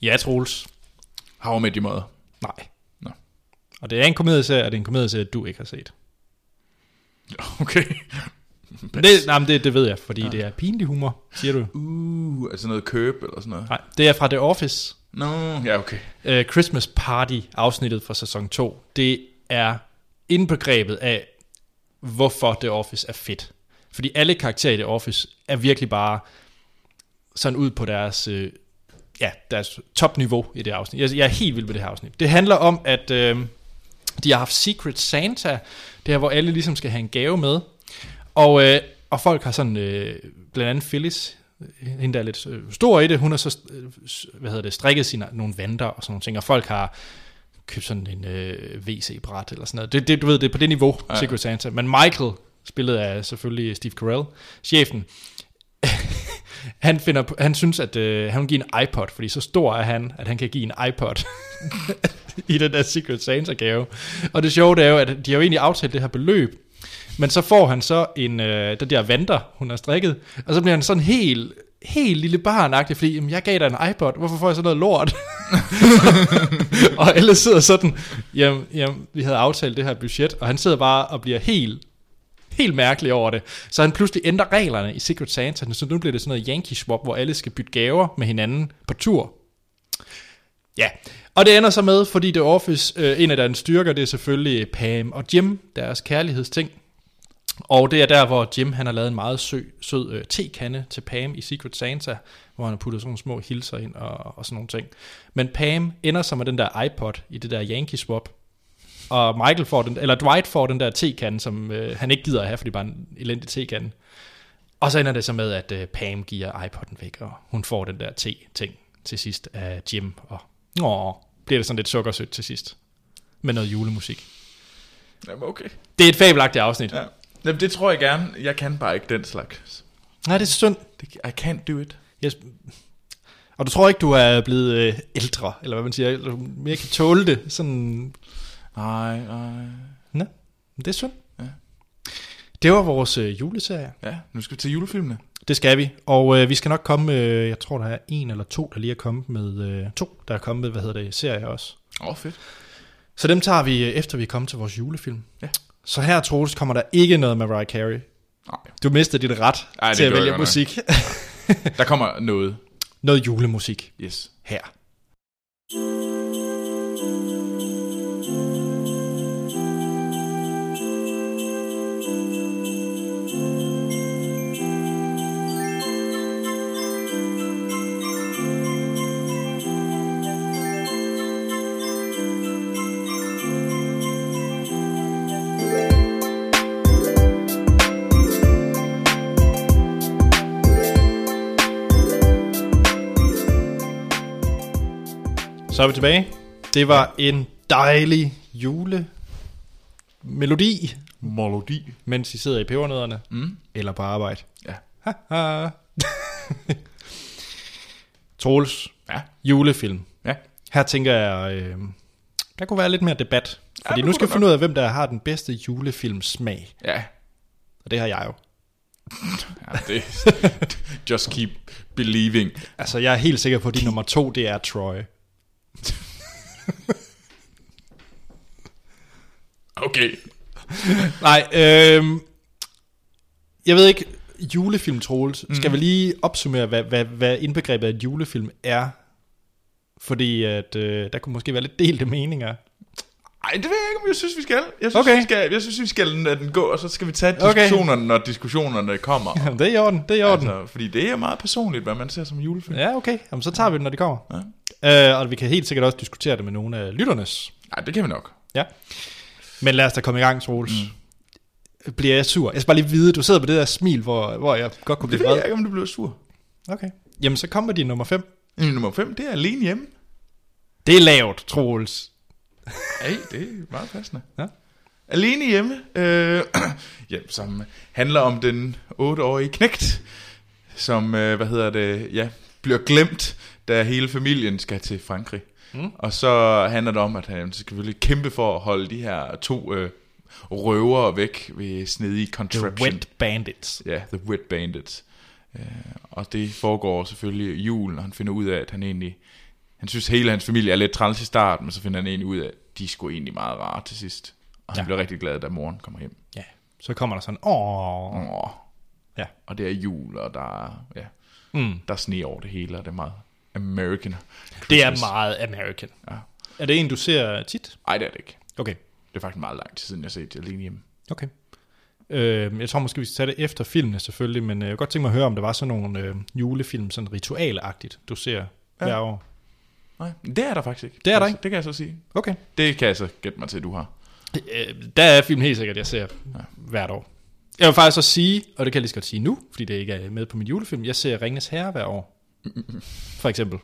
Speaker 1: Ja, Troels.
Speaker 2: How I Met Your Mother.
Speaker 1: Nej.
Speaker 2: Nå.
Speaker 1: Og det er en komedieserie, og det er en komedieserie, du ikke har set.
Speaker 2: Okay.
Speaker 1: Men det, nej, men det, det ved jeg, fordi ja. det er pinlig humor, siger du.
Speaker 2: Uh, altså noget køb eller sådan noget.
Speaker 1: Nej, det er fra The Office.
Speaker 2: Nå, no, ja, okay.
Speaker 1: Uh, Christmas Party afsnittet fra sæson 2. Det er indbegrebet af, hvorfor The Office er fedt. Fordi alle karakterer i The Office er virkelig bare sådan ud på deres, øh, ja, deres topniveau i det afsnit. Jeg, jeg er helt vild med det her afsnit. Det handler om, at øh, de har haft Secret Santa, det her, hvor alle ligesom skal have en gave med. Og, øh, og folk har sådan, øh, blandt andet Phyllis, øh, hende der er lidt øh, stor i det, hun har så, øh, s- hvad hedder det, strikket sine, nogle vanter og sådan nogle ting, og folk har købt sådan en øh, WC-bræt eller sådan noget. Det, det, du ved, det er på det niveau, ja. Secret Santa. Men Michael, spillet af selvfølgelig Steve Carell, chefen, han, finder, på- han synes, at øh, han vil give en iPod, fordi så stor er han, at han kan give en iPod i den der Secret Santa-gave. Og det sjove det er jo, at de har jo egentlig aftalt det her beløb, men så får han så en, øh, den der vanter, hun har strikket, og så bliver han sådan helt, helt lille barnagtig, fordi jamen, jeg gav dig en iPod, hvorfor får jeg så noget lort? og alle sidder sådan, jamen, jamen, vi havde aftalt det her budget, og han sidder bare og bliver helt helt mærkelig over det. Så han pludselig ændrer reglerne i Secret Santa, så nu bliver det sådan noget Yankee Swap, hvor alle skal bytte gaver med hinanden på tur. Ja, og det ender så med, fordi The Office, øh, en af deres styrker, det er selvfølgelig Pam og Jim, deres kærlighedsting. Og det er der, hvor Jim han har lavet en meget sø, sød øh, tekande til Pam i Secret Santa, hvor han har puttet sådan nogle små hilser ind og, og sådan nogle ting. Men Pam ender så med den der iPod i det der Yankee Swap, og Michael får den, eller Dwight får den der tekande, som øh, han ikke gider at have, fordi det er bare en elendig tekande. Og så ender det så med, at øh, Pam giver iPod'en væk, og hun får den der te-ting til sidst af Jim, og åh, bliver det sådan lidt sukkersødt til sidst, med noget julemusik.
Speaker 2: Jamen, okay.
Speaker 1: Det er et fabelagtigt afsnit. Ja.
Speaker 2: Ja. Jamen, det tror jeg gerne. Jeg kan bare ikke den slags.
Speaker 1: Nej, det er synd.
Speaker 2: Det, I can't do it.
Speaker 1: Jeg... Og du tror ikke, du er blevet øh, ældre, eller hvad man siger, eller du mere kan tåle det, sådan
Speaker 2: Nej, nej.
Speaker 1: Nå, men det er synd.
Speaker 2: Ja.
Speaker 1: Ja. Det var vores øh, juleserie.
Speaker 2: Ja, nu skal vi til julefilmene.
Speaker 1: Det skal vi, og øh, vi skal nok komme, øh, jeg tror der er en eller to, der lige er kommet med, øh, to, der er kommet med, hvad hedder det, serier også.
Speaker 2: Åh, oh, fedt.
Speaker 1: Så dem tager vi, øh, efter vi er kommet til vores julefilm.
Speaker 2: Ja.
Speaker 1: Så her, Troels, kommer der ikke noget med Mariah Carey.
Speaker 2: Nej,
Speaker 1: Du mistede dit ret Ej,
Speaker 2: Ej, det
Speaker 1: til at
Speaker 2: gjorde jeg
Speaker 1: vælge
Speaker 2: godt nok.
Speaker 1: musik.
Speaker 2: der kommer noget.
Speaker 1: noget julemusik
Speaker 2: Yes.
Speaker 1: her. Så er vi tilbage. Det var en dejlig julemelodi,
Speaker 2: Melodi.
Speaker 1: mens I sidder i pebernødderne mm. eller på arbejde.
Speaker 2: Ja.
Speaker 1: Haha. Troels,
Speaker 2: Ja.
Speaker 1: julefilm.
Speaker 2: Ja.
Speaker 1: Her tænker jeg, øh, der kunne være lidt mere debat. Fordi
Speaker 2: det
Speaker 1: ja, nu
Speaker 2: kunne
Speaker 1: skal vi
Speaker 2: der
Speaker 1: finde ud af, hvem der har den bedste julefilmsmag.
Speaker 2: Ja.
Speaker 1: Og det har jeg jo.
Speaker 2: ja det, just keep believing.
Speaker 1: Altså, jeg er helt sikker på, at din nummer to, det er Troy.
Speaker 2: Okay.
Speaker 1: Nej, øh, jeg ved ikke, julefilm, Troels. Mm. Skal vi lige opsummere, hvad, hvad, hvad indbegrebet af et julefilm er? Fordi at, øh, der kunne måske være lidt delte meninger.
Speaker 2: Ej, det ved jeg ikke, om jeg synes, vi skal. Jeg synes,
Speaker 1: Okay.
Speaker 2: vi skal, jeg synes, vi skal lade den gå, og så skal vi tage
Speaker 1: Okay.
Speaker 2: diskussionerne, når diskussionerne kommer.
Speaker 1: Jamen, det er i orden, det er i orden.
Speaker 2: Altså, fordi det er meget personligt, hvad man ser som julefilm.
Speaker 1: Ja, okay. Jamen, så tager vi den, når det kommer. Altså. Ja. Øh, og vi kan helt sikkert også diskutere det med nogle af lytternes.
Speaker 2: Nej, det kan vi nok.
Speaker 1: Ja. Men lad os da komme i gang, Troels. Mm. Bliver jeg sur? Jeg skal bare lige vide, du sidder med det der smil, hvor, hvor jeg godt kunne
Speaker 2: Det
Speaker 1: blive vred.
Speaker 2: ved jeg ikke, om du bliver sur.
Speaker 1: Okay. Jamen, så kommer din nummer 5.
Speaker 2: Min nummer 5, det er alene hjemme.
Speaker 1: Det er lavt, Troels.
Speaker 2: Ej, det er meget passende.
Speaker 1: Ja.
Speaker 2: Alene hjemme, øh, ja, som handler om den 8-årige knægt, som, øh, hvad hedder det, ja, bliver glemt, da hele familien skal til Frankrig. Mm. Og så handler det om, at han selvfølgelig kæmpe for at holde de her to øh, røvere væk ved snedige
Speaker 1: The
Speaker 2: contraption.
Speaker 1: Wet Bandits.
Speaker 2: Ja, The Wet Bandits. Øh, og det foregår selvfølgelig i julen, og han finder ud af, at han egentlig han synes, hele hans familie er lidt træls i starten, men så finder han egentlig ud af, at de er sgu egentlig meget rare til sidst. Og han
Speaker 1: Ja.
Speaker 2: ja. bliver rigtig glad, da moren kommer hjem.
Speaker 1: Ja. Så kommer der sådan, åh,
Speaker 2: Åh.
Speaker 1: Ja.
Speaker 2: Og det er jul, og der er, ja,
Speaker 1: Mm.
Speaker 2: der er sne over det hele, og det er meget American.
Speaker 1: det
Speaker 2: Christmas.
Speaker 1: er meget American. Ja. Er det en, du ser tit?
Speaker 2: Ej, det er det ikke.
Speaker 1: Okay.
Speaker 2: Det er faktisk meget lang tid siden, jeg har set det alene hjemme.
Speaker 1: Okay. Øh, jeg tror måske, vi skal tage det efter filmene selvfølgelig, men øh, jeg kunne godt tænke mig at høre, om der var sådan nogle øh, julefilm, sådan ritualagtigt, du ser ja. hver år.
Speaker 2: Nej, det er der faktisk ikke.
Speaker 1: Det er der
Speaker 2: Altså,
Speaker 1: ikke.
Speaker 2: Det kan jeg så sige.
Speaker 1: Okay.
Speaker 2: Det kan jeg så gætte mig til, du har.
Speaker 1: Øh, der er film helt sikkert, jeg ser ja. hvert år. Jeg vil faktisk også sige, og det kan jeg lige så godt sige nu, fordi det ikke er med på min julefilm, jeg ser Ringnes Herre hver år. For eksempel.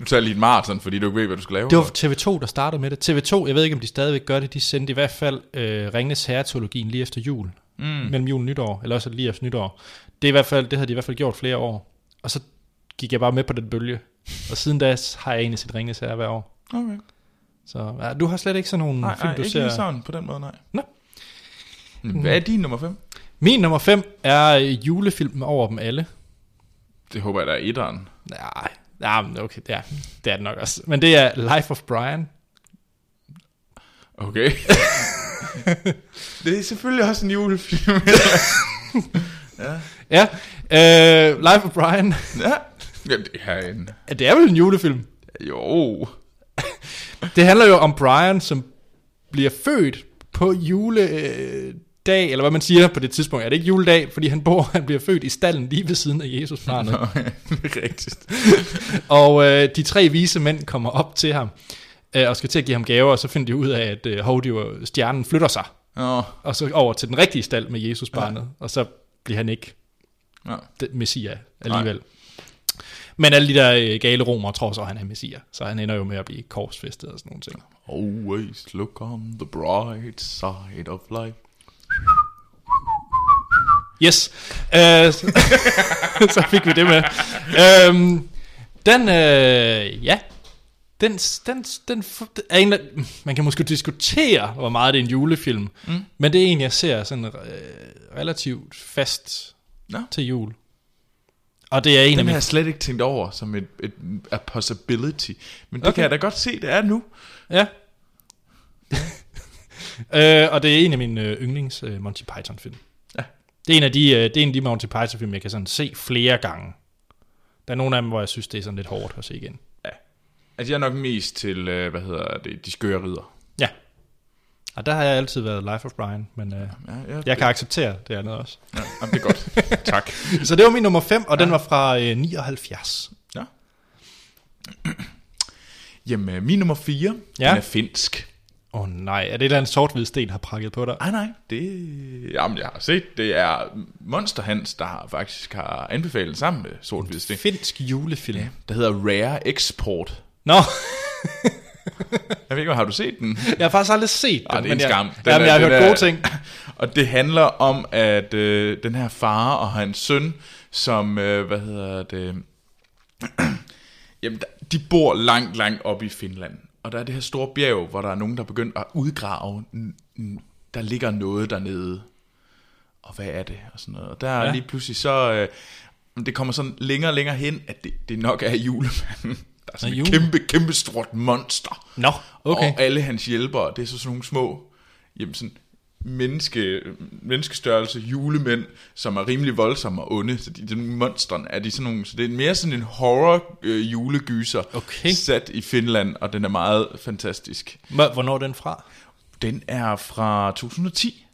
Speaker 2: Du tager lige en maraton, fordi du ikke ved, hvad du skal lave.
Speaker 1: Det var TV2, der startede med det. TV2, jeg ved ikke, om de stadigvæk gør det, de sendte i hvert fald øh, Ringnes Herre-teologien lige efter jul. Mm. Mellem jul og nytår, eller også lige efter nytår. Det, er i hvert fald, det havde de i hvert fald gjort flere år. Og så gik jeg bare med på den bølge. Og siden da har jeg egentlig set Ringnes Herre hver år.
Speaker 2: Okay.
Speaker 1: Så ja, du har slet ikke sådan nogle
Speaker 2: Nej,
Speaker 1: film,
Speaker 2: nej,
Speaker 1: du
Speaker 2: ikke
Speaker 1: ser...
Speaker 2: lige sådan på den måde, nej.
Speaker 1: Nå.
Speaker 2: Hvad er din nummer 5?
Speaker 1: Min nummer 5 er øh, julefilmen over dem alle.
Speaker 2: Det håber jeg, der er etteren.
Speaker 1: Nej, ja, men okay, ja, det er det nok også. Men det er Life of Brian.
Speaker 2: Okay. det er selvfølgelig også en julefilm.
Speaker 1: Ja, øh, Life of Brian.
Speaker 2: ja. Jamen, det er en...
Speaker 1: Ja, det er vel en julefilm.
Speaker 2: Jo.
Speaker 1: Det handler jo om Brian, som bliver født på juledag, eller hvad man siger på det tidspunkt. Er det ikke juledag? Fordi han bor, han bliver født i stallen lige ved siden af Jesus barnet.
Speaker 2: det er rigtigt.
Speaker 1: Og øh, de tre vise mænd kommer op til ham øh, og skal til at give ham gaver, og så finder de ud af, at øh, hov, det var, stjernen flytter sig.
Speaker 2: Nå,
Speaker 1: Og så over til den rigtige stald med Jesus barnet, ja. og så bliver han ikke
Speaker 2: nå.
Speaker 1: den- messias alligevel. Nej. Men alle de der øh, gale romere tror så, han er messias, så han ender jo med at blive korsfæstet og sådan nogle ting.
Speaker 2: Always look on the bright side of life.
Speaker 1: Yes, øh, så, så fik vi det med. Øhm, den, øh, ja, den, den, den f- er en, eller- man kan måske diskutere, hvor meget det er en julefilm, mm. men det er en, jeg ser sådan øh, relativt fast
Speaker 2: Nå.
Speaker 1: til jul. Og det er en af
Speaker 2: Den har
Speaker 1: mine
Speaker 2: jeg slet ikke tænkt over som et, et a possibility. Men
Speaker 1: Okay.
Speaker 2: det okay. kan jeg da godt se, det er nu.
Speaker 1: Ja. øh, og det er en af mine øh, yndlings øh, Monty Python-film.
Speaker 2: Ja.
Speaker 1: Det er en af de, øh, det er en af de Monty Python-film, jeg kan sådan se flere gange. Der er nogle af dem, hvor jeg synes, det er sådan lidt hårdt at se igen.
Speaker 2: Altså, jeg er nok mest til, øh, hvad hedder det, De Skøre Ridder.
Speaker 1: Ja. Og der har jeg altid været Life of Brian, men øh,
Speaker 2: Ja, ja,
Speaker 1: jeg kan acceptere det andet også.
Speaker 2: Ja, jamen, det er godt. tak.
Speaker 1: Så det var min nummer 5, og ja. den var fra øh, 79.
Speaker 2: Ja. Jamen, øh, min nummer 4,
Speaker 1: Ja.
Speaker 2: ja. den er finsk.
Speaker 1: Åh oh, nej, er det der en sort-hvid sten har prakket på dig?
Speaker 2: Nej, Ah, nej, det... Jamen, jeg har set, det er Monster Hans, der har faktisk har anbefalet den sammen med sort hvid sten.
Speaker 1: Finsk julefilm. Ja.
Speaker 2: Der hedder Rare Export.
Speaker 1: Nå,
Speaker 2: Jeg ved ikke, har du set den?
Speaker 1: jeg har faktisk aldrig set den.
Speaker 2: Ej, Ah, det er
Speaker 1: men
Speaker 2: en skam.
Speaker 1: Jeg, jamen, jeg
Speaker 2: er-
Speaker 1: har hørt
Speaker 2: er-
Speaker 1: gode ting.
Speaker 2: Og det handler om, at øh, den her far og hans søn, som, øh, hvad hedder det, jamen, der- de bor langt, langt op i Finland. Og der er det her store bjerg, hvor der er nogen, der er begyndt at udgrave, n- n- der ligger noget dernede. Og hvad er det? Og sådan noget. Og der ja.
Speaker 1: Ja.
Speaker 2: lige pludselig så, øh, det kommer sådan længere og længere hen, at det, det nok er julemanden. Der er sådan
Speaker 1: Nå,
Speaker 2: et
Speaker 1: jule-
Speaker 2: kæmpe, kæmpe stort monster.
Speaker 1: Nå, okay.
Speaker 2: Og alle hans hjælpere, det er så sådan nogle små, jamen sådan, menneske, menneskestørrelse julemænd, som er rimelig voldsomme og onde. Så de, de monsterne er de sådan nogle, så det er mere sådan en horror øh, julegyser,
Speaker 1: Okay.
Speaker 2: sat i Finland, og den er meget fantastisk.
Speaker 1: Hvor- Hvornår er den fra?
Speaker 2: Den er fra 2010.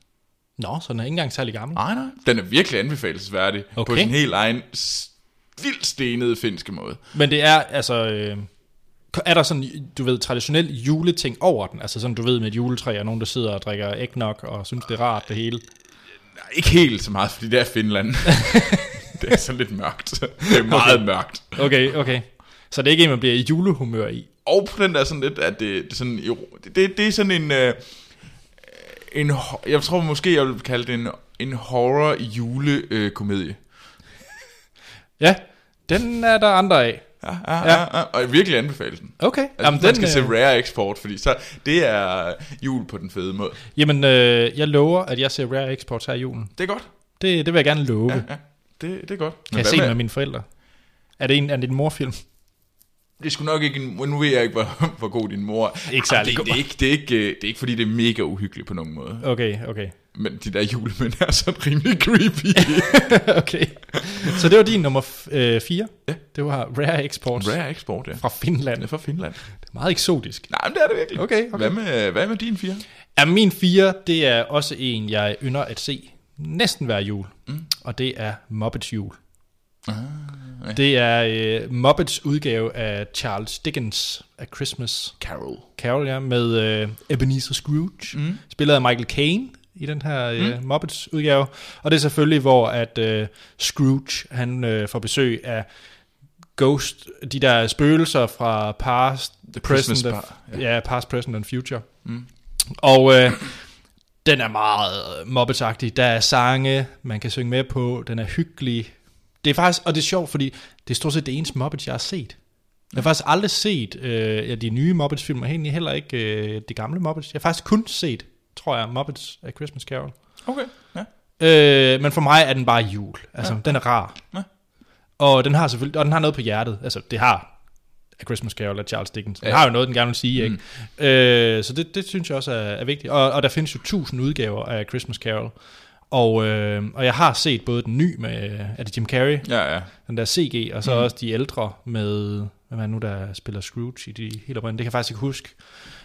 Speaker 1: Nå, så den er ikke engang særlig gammel.
Speaker 2: Nej, nej. Den er virkelig anbefalesværdig, på
Speaker 1: Okay.
Speaker 2: sin helt egen s- vildt stenede finske måde.
Speaker 1: Men det er, altså... Øh, er der sådan, du ved, traditionel juleting over den? Altså sådan, du ved, med et juletræ og nogen, der sidder og drikker ægnog og synes, det er rart, det hele.
Speaker 2: Nej, ikke helt så meget, fordi det er Finland. det er sådan lidt mørkt. Det er meget okay. mørkt.
Speaker 1: Okay, okay. Så det er ikke en, man bliver i julehumør i.
Speaker 2: Og på den der sådan lidt, at det, det, er sådan, iro- det, det, det er sådan en, øh, en, ho- jeg tror måske, jeg vil kalde det en, en horror julekomedie.
Speaker 1: Ja, den er der andre af.
Speaker 2: Ja,
Speaker 1: ah,
Speaker 2: ja, ja. ja, og jeg virkelig anbefaler den.
Speaker 1: Okay.
Speaker 2: Altså, Jamen, den skal se
Speaker 1: øh,
Speaker 2: rare export, fordi så, det er jul på den fede måde.
Speaker 1: jamen, øh, jeg lover, at jeg ser Rare Exports her i julen.
Speaker 2: Det er godt.
Speaker 1: Det, det vil jeg gerne love. Ja,
Speaker 2: Ja, det, det er godt. Men
Speaker 1: kan jeg
Speaker 2: hvad
Speaker 1: se den
Speaker 2: med-
Speaker 1: med mine forældre? Er det en, er det en morfilm?
Speaker 2: det er sgu nok ikke, en, nu ved jeg ikke, hvor, hvor god din mor er.
Speaker 1: Ikke særlig
Speaker 2: Ej, det, det,
Speaker 1: god.
Speaker 2: er ikke, det, er ikke, øh, det er ikke, fordi det er mega uhyggeligt på nogen måde.
Speaker 1: Okay, okay.
Speaker 2: Men de der julemænd er sådan rimelig creepy.
Speaker 1: okay. Så det var din nummer 4.
Speaker 2: Ja.
Speaker 1: Det var Rare Exports Rare.
Speaker 2: Rare eksport, ja.
Speaker 1: fra Finland.
Speaker 2: Den er fra Finland.
Speaker 1: Det er meget eksotisk.
Speaker 2: Nej, men det er det virkelig.
Speaker 1: Okay, okay.
Speaker 2: Hvad med, hvad med din fire?
Speaker 1: Ja, min 4, det er også en, jeg ynder at se næsten hver jul. Mm. Og det er Muppets jul. Ah, ja. Det er uh, Muppets udgave af Charles Dickens' A Christmas
Speaker 2: Carol.
Speaker 1: Carol, ja, med uh, Ebenezer Scrooge, mm. spillet af Michael Caine i den her uh, Muppets udgave. Og det er selvfølgelig, hvor at uh, Scrooge, han uh, får besøg af ghost, de der spøgelser fra past,
Speaker 2: The
Speaker 1: present,
Speaker 2: Christmas
Speaker 1: and-
Speaker 2: bar,
Speaker 1: ja. past, present and future. Mm. Og øh, den er meget mobbetsagtig. Der er sange, man kan synge med på. Den er hyggelig. Det er faktisk, og det er sjovt, fordi det er stort set det eneste Muppets, jeg har set. Jeg har faktisk aldrig set øh, ja, de nye Muppets-film, og egentlig heller ikke øh, de gamle Muppets. Jeg har faktisk kun set, tror jeg, Muppets A Christmas Carol.
Speaker 2: Okay, ja.
Speaker 1: Øh, men for mig er den bare jul. Altså, ja. den er rar.
Speaker 2: Ja.
Speaker 1: Og den har selvfølgelig, og den har noget på hjertet. Altså, det har A Christmas Carol af Charles Dickens. Den
Speaker 2: Ja.
Speaker 1: ja. har jo noget, den gerne vil sige, ikke? Mm. Øh, så det, det synes jeg også er, er vigtigt. Og, og der findes jo tusind udgaver af Christmas Carol. Og, øh, og jeg har set både den nye med, øh, er det Jim Carrey,
Speaker 2: Ja, ja.
Speaker 1: den der CG, og så mm. også de ældre med, hvem er det nu, der spiller Scrooge i de helt oprindelige, det kan jeg faktisk ikke huske.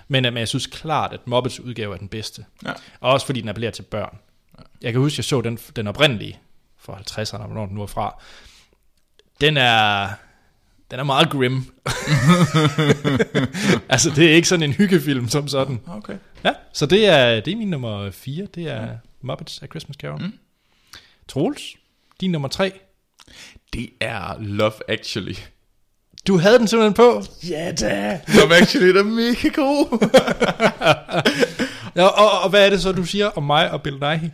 Speaker 1: Men, øh, men jeg synes klart, at Muppets udgave er den bedste.
Speaker 2: Ja.
Speaker 1: Og også fordi den appellerer til børn. Jeg kan huske, at jeg så den, den oprindelige fra 50'erne, eller hvornår den nu er fra. Den er, den er meget grim. altså, det er ikke sådan en hyggefilm som sådan.
Speaker 2: Okay.
Speaker 1: Ja, så det er, det er min nummer 4, det er Muppets A Christmas Carol. Mm. Troels, din nummer 3.
Speaker 2: Det er Love Actually.
Speaker 1: Du havde den simpelthen på.
Speaker 2: Ja da. Love Actually den er mega god.
Speaker 1: Ja, og, og hvad er det så, du siger om mig og Bill Nighy?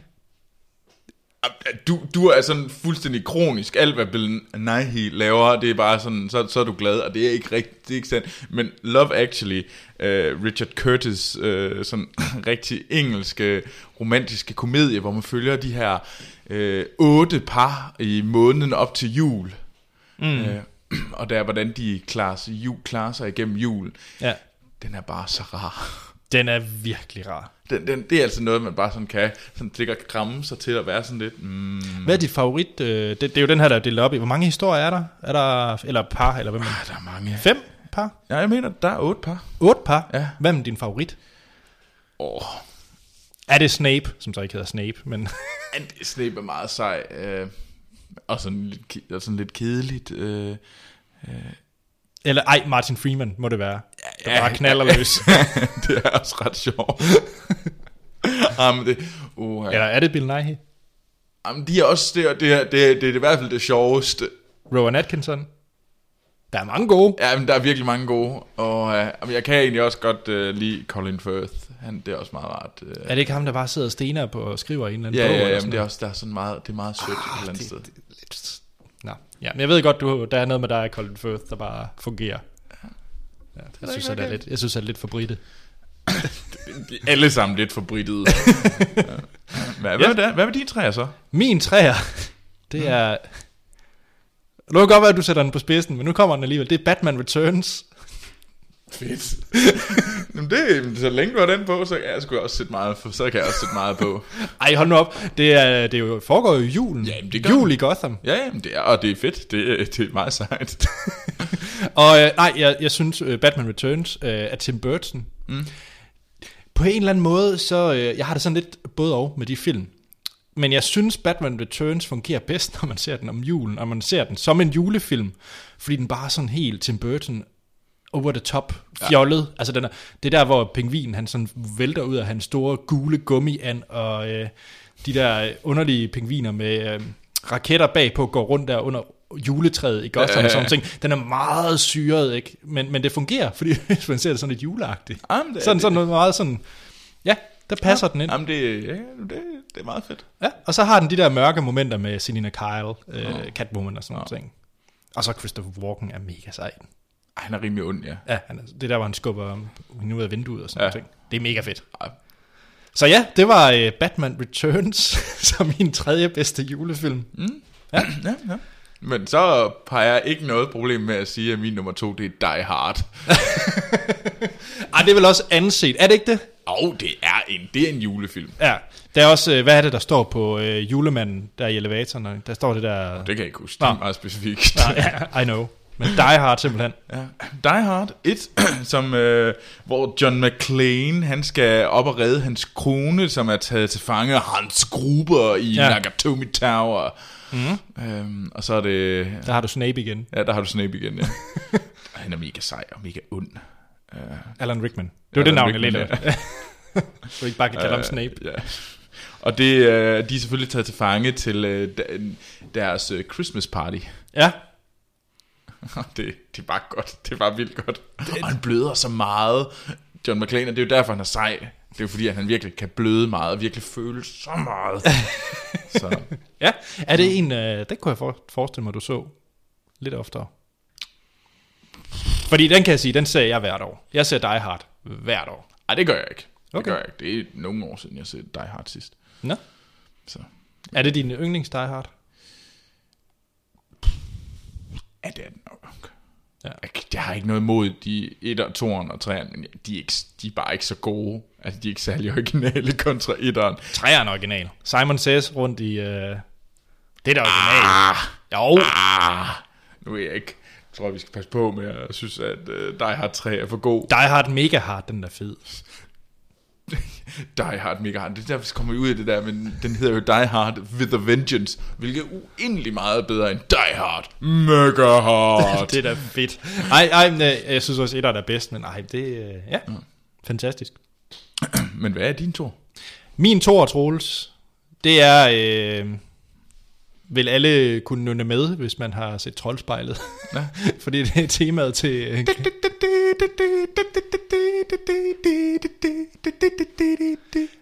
Speaker 2: Du, du er sådan fuldstændig kronisk. Alt hvad Bill Nighy laver, det er bare sådan, så, så er du glad, og det er ikke rigtigt, det er ikke sandt. Men Love Actually, uh, Richard Curtis, uh, sådan rigtig engelske romantiske komedie, hvor man følger de her øh, otte par i måneden op til jul. Mm. Øh, og der er, hvordan de klarer sig, jul, klarer sig igennem julen.
Speaker 1: Ja,
Speaker 2: Den er bare så rar.
Speaker 1: den er virkelig rar.
Speaker 2: Den, den, det er altså noget, man bare sådan kan sådan ligge og kramme sig til at være sådan lidt... Mm,
Speaker 1: Hvad er dit favorit? Øh, det, det er jo den her, der er delt op i. Hvor mange historier er der? Er der eller par? Eller hvem?
Speaker 2: ah, der er mange.
Speaker 1: Fem par?
Speaker 2: Ja, jeg mener, der er otte par.
Speaker 1: Otte par?
Speaker 2: Ja.
Speaker 1: Hvem er din favorit?
Speaker 2: Åh, oh,
Speaker 1: Er det Snape, som så ikke hedder Snape, men
Speaker 2: Snape er meget sej. Øh, og, sådan lidt, ke- og sådan lidt kedeligt. Øh,
Speaker 1: eller ej, Martin Freeman må det være. Ja,
Speaker 2: ja.
Speaker 1: ja, bare knaller løs.
Speaker 2: det er også ret sjovt. Jamen, det, uh, ja.
Speaker 1: eller er det Bill Nighy?
Speaker 2: Jamen, de er også... Det, er- det, er- det, er- det er i hvert fald det sjoveste.
Speaker 1: Rowan Atkinson? Der er mange gode.
Speaker 2: Ja, men der er virkelig mange gode. Og øh, jamen, jeg kan egentlig også godt øh, lide Colin Firth. Han, det er også meget rart. Øh.
Speaker 1: Er det ikke ham, der bare sidder og stener på og skriver i en eller anden
Speaker 2: Ja,
Speaker 1: bog?
Speaker 2: ja,
Speaker 1: eller
Speaker 2: ja,
Speaker 1: sådan
Speaker 2: men det
Speaker 1: noget?
Speaker 2: er også der er sådan meget, Ah, det er meget sødt et eller andet sted.
Speaker 1: Nå, ja, men jeg ved godt, du, der er noget med dig, Colin Firth, der bare fungerer. Ja, jeg, synes, at det er lidt, jeg synes, at det er lidt for britte.
Speaker 2: De er alle sammen lidt forbrittede. hvad, hvad, hvad, hvad med de træer så?
Speaker 1: Min træer, det er... Nu kan godt være, at du sætter den på spidsen, men nu kommer den alligevel. Det er Batman Returns.
Speaker 2: Fedt. Jamen det, så længe du har den på, så kan jeg sgu også sætte meget, på- så kan jeg også sætte meget på.
Speaker 1: Ej, hold nu op. Det, er, det er jo, foregår jo i julen.
Speaker 2: Jamen, det gør
Speaker 1: Jul
Speaker 2: den.
Speaker 1: i Gotham.
Speaker 2: Ja, jamen det er, og det er fedt. Det, er- det er meget sejt.
Speaker 1: Og øh, nej, jeg, jeg synes, øh, Batman Returns øh, er Tim Burton. Mm. På en eller anden måde, så øh, jeg har det sådan lidt både og med de film. Men jeg synes, Batman Returns fungerer bedst, når man ser den om julen, og man ser den som en julefilm, fordi den bare er sådan helt Tim Burton over the top, fjollet. Ja. Altså den er, det er der, hvor pingvinen han sådan vælter ud af hans store gule gummiand, og øh, de der øh, underlige pingviner med øh, raketter bagpå går rundt der under juletræet i Gotham ja,
Speaker 2: Ja.
Speaker 1: og sådan ting. Den er meget syret, ikke? Men, men det fungerer, fordi hvis man ser det sådan lidt juleagtigt.
Speaker 2: Jamen, det er
Speaker 1: sådan,
Speaker 2: det.
Speaker 1: sådan noget meget sådan... Ja, der passer den ind.
Speaker 2: Jamen det, ja, det, det er meget fedt.
Speaker 1: Ja, og så har den de der mørke momenter med Selina Kyle, øh, Catwoman og sådan noget. ting. Og så Christopher Walken er mega sej. i den.
Speaker 2: Ej, han er rimelig ond, ja.
Speaker 1: Ja, han er, det der, hvor han skubber hende ud af vinduet og sådan
Speaker 2: Ja.
Speaker 1: ja. ting. Det er mega fedt.
Speaker 2: Ja.
Speaker 1: Så ja, det var øh, Batman Returns, som min tredje bedste julefilm. Mm.
Speaker 2: ja, ja. Men så har jeg ikke noget problem med at sige, at min nummer to, det er Die Hard.
Speaker 1: Ej, Ah, det er vel også anset. Er det ikke det?
Speaker 2: Og det er en, det er en julefilm.
Speaker 1: Ja. Der er også, øh, hvad er det, der står på øh, julemanden, der er i elevatoren? og Der står det der...
Speaker 2: Det kan jeg ikke huske. Det er
Speaker 1: Nå.
Speaker 2: meget specifikt.
Speaker 1: Ja, I know. Men Die Hard simpelthen.
Speaker 2: Ja. Die Hard 1, som, øh, hvor John McClane han skal op og redde hans kone, som er taget til fange af Hans Gruber i
Speaker 1: Ja.
Speaker 2: ja. Nakatomi Tower. Mm. Øhm, og så er det...
Speaker 1: Der har du Snape igen.
Speaker 2: Ja, der har du Snape igen, ja. han er mega sej og mega ond.
Speaker 1: Alan Rickman. Det var det
Speaker 2: Alan
Speaker 1: navn, jeg
Speaker 2: Rickman,
Speaker 1: lidt af. Så ikke bare kan kalde ham Snape.
Speaker 2: Ja. Og det, øh, de er selvfølgelig taget til fange til øh, de- deres øh, Christmas party.
Speaker 1: Ja.
Speaker 2: det, det er bare godt. Det er bare vildt godt. Og han bløder så meget, John McClane, og det er jo derfor, han er sej. Det er jo fordi, at han virkelig kan bløde meget, og virkelig føle så meget. så,
Speaker 1: Ja. Er det en... Øh, det kunne jeg for, forestille mig, du så lidt oftere. Fordi den kan jeg sige, den ser jeg hvert år. Jeg ser Die Hard hvert år.
Speaker 2: ej, det gør jeg ikke.
Speaker 1: Okay.
Speaker 2: Det okay. gør jeg ikke. Det er nogle år siden, jeg så Die Hard sidst.
Speaker 1: Nå.
Speaker 2: Så.
Speaker 1: Er det din yndlings Die Hard?
Speaker 2: Ja, det er den nok.
Speaker 1: Ja.
Speaker 2: Ja. Jeg, jeg har ikke noget imod de 1, 2'eren og 3'eren, men de er, ikke, de er bare ikke så gode. Altså, de er ikke særlig originale kontra 1'eren.
Speaker 1: Træeren original. Simon Says rundt i... Øh, det er da original. Ah, jo.
Speaker 2: Ah, nu er jeg ikke... Jeg tror, vi skal passe på med at synes, at uh, Die Hard 3 er for god.
Speaker 1: Die Hard Mega Hard, den er fed.
Speaker 2: Die Hard mega hard. Det er derfor, så kommer vi ud af det der, men den hedder jo Die Hard with a Vengeance, hvilket er uendelig meget bedre end Die Hard mega hard.
Speaker 1: Det er da fedt. Ej, ej, men, øh, jeg synes også, et er bedst, men ej, det øh, ja,
Speaker 2: Mm.
Speaker 1: fantastisk.
Speaker 2: Men hvad er din tur?
Speaker 1: Min to Troels, det er, øh, vil alle kunne nynne med, hvis man har set Troldspejlet. Ja. Fordi det er temaet til... Øh,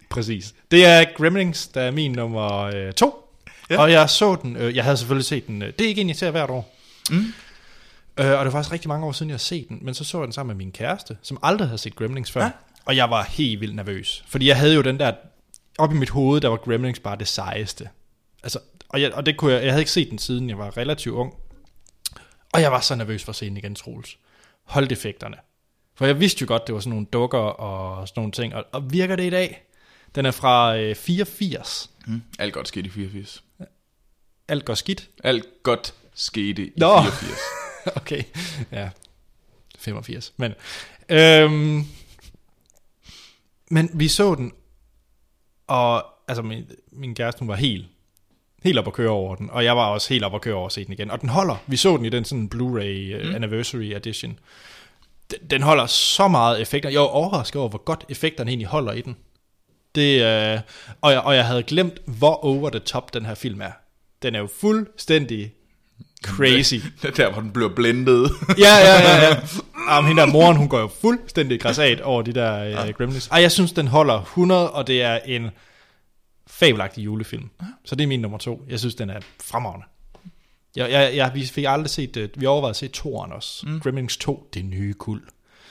Speaker 1: præcis. Det er Gremlings, der er min nummer øh, to. Ja. Og jeg så den, øh, jeg havde selvfølgelig set den, øh, det er ikke en, jeg ser hvert år. Mm. Øh, og det var faktisk rigtig mange år siden, jeg har set den, men så så jeg den sammen med min kæreste, som aldrig havde set Gremlings før. Ja. Og jeg var helt vildt nervøs, fordi jeg havde jo den der, op i mit hoved, der var Gremlings bare det sejeste. Altså, og jeg, og det kunne jeg, jeg havde ikke set den siden, jeg var relativt ung. Og jeg var så nervøs for at se den igen, Troels. Hold defekterne. For jeg vidste jo godt, det var sådan nogle dukker og sådan nogle ting. Og, og virker det i dag? Den er fra øh, 84.
Speaker 2: Hmm? Alt godt skete i 84.
Speaker 1: Alt går skidt.
Speaker 2: Alt godt skete i
Speaker 1: Nå.
Speaker 2: 84.
Speaker 1: okay, ja. 85. Men, øhm, men vi så den, og altså min, min kæreste, hun var helt, helt op at køre over den, og jeg var også helt op at køre over at se den igen. Og den holder. Vi så den i den sådan Blu-ray uh, Anniversary Edition. Den, den holder så meget effekter. Jeg var overrasket over, hvor godt effekterne egentlig holder i den. Det, øh, og, jeg, og jeg havde glemt, hvor over the top den her film er. Den er jo fuldstændig crazy.
Speaker 2: Det er der, hvor den bliver blendet.
Speaker 1: Ja, ja, ja. ja. Jamen, hende der moren, hun går jo fuldstændig græsat over de der øh, Gremlins. Ej, jeg synes, den holder 100, og det er en fabelagtig julefilm. Så det er min nummer to. Jeg synes, den er fremragende. Jeg, jeg, jeg, vi fik aldrig set, øh, vi overvejede at se toeren også. Mm. Gremlins 2, det nye kul.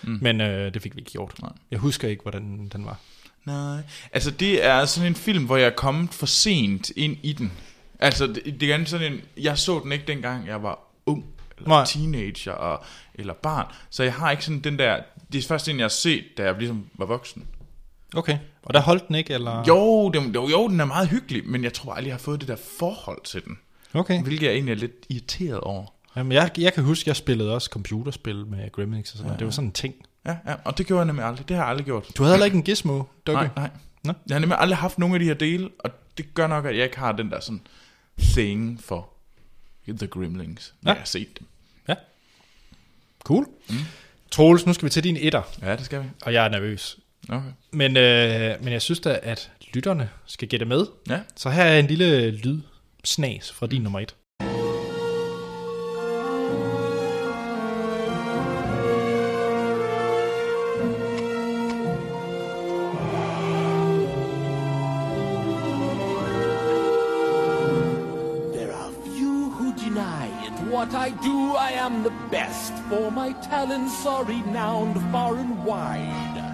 Speaker 1: Mm. Men øh, det fik vi ikke gjort. Nej. Jeg husker ikke, hvordan den var.
Speaker 2: Nej. Altså, det er sådan en film, hvor jeg er kommet for sent ind i den. Altså, det, det er sådan en... Jeg så den ikke dengang, jeg var ung, eller
Speaker 1: Nej.
Speaker 2: Nej. teenager, og, eller barn. Så jeg har ikke sådan den der... Det er først en, jeg har set, da jeg ligesom var voksen.
Speaker 1: Okay. Og der holdt den ikke, eller?
Speaker 2: Jo, den, jo, jo, den er meget hyggelig, men jeg tror aldrig, jeg har fået det der forhold til den.
Speaker 1: Okay.
Speaker 2: Hvilket jeg egentlig er lidt irriteret over.
Speaker 1: Jamen, jeg, jeg kan huske, jeg spillede også computerspil med Gremlins og sådan noget. Det var sådan en ting.
Speaker 2: Ja, ja, og det gjorde jeg nemlig aldrig. Det har jeg aldrig gjort.
Speaker 1: Du havde heller ikke en gizmo, dukke?
Speaker 2: Nej, nej.
Speaker 1: Nå.
Speaker 2: Jeg har nemlig aldrig haft nogen af de her dele, og det gør nok, at jeg ikke har den der sådan thing for The Gremlins, når
Speaker 1: Ja.
Speaker 2: ja. jeg har set dem.
Speaker 1: Ja. Cool. Mm. Troels, nu skal vi til din etter,
Speaker 2: Ja, det skal vi.
Speaker 1: og jeg er nervøs.
Speaker 2: Okay.
Speaker 1: Men, øh, men jeg synes da, at lytterne skal gætte med.
Speaker 2: Ja.
Speaker 1: Så her er en lille lydsnas fra din nummer et.
Speaker 6: There are few who deny it. What I do, I am the best. For my talents are renowned far and wide.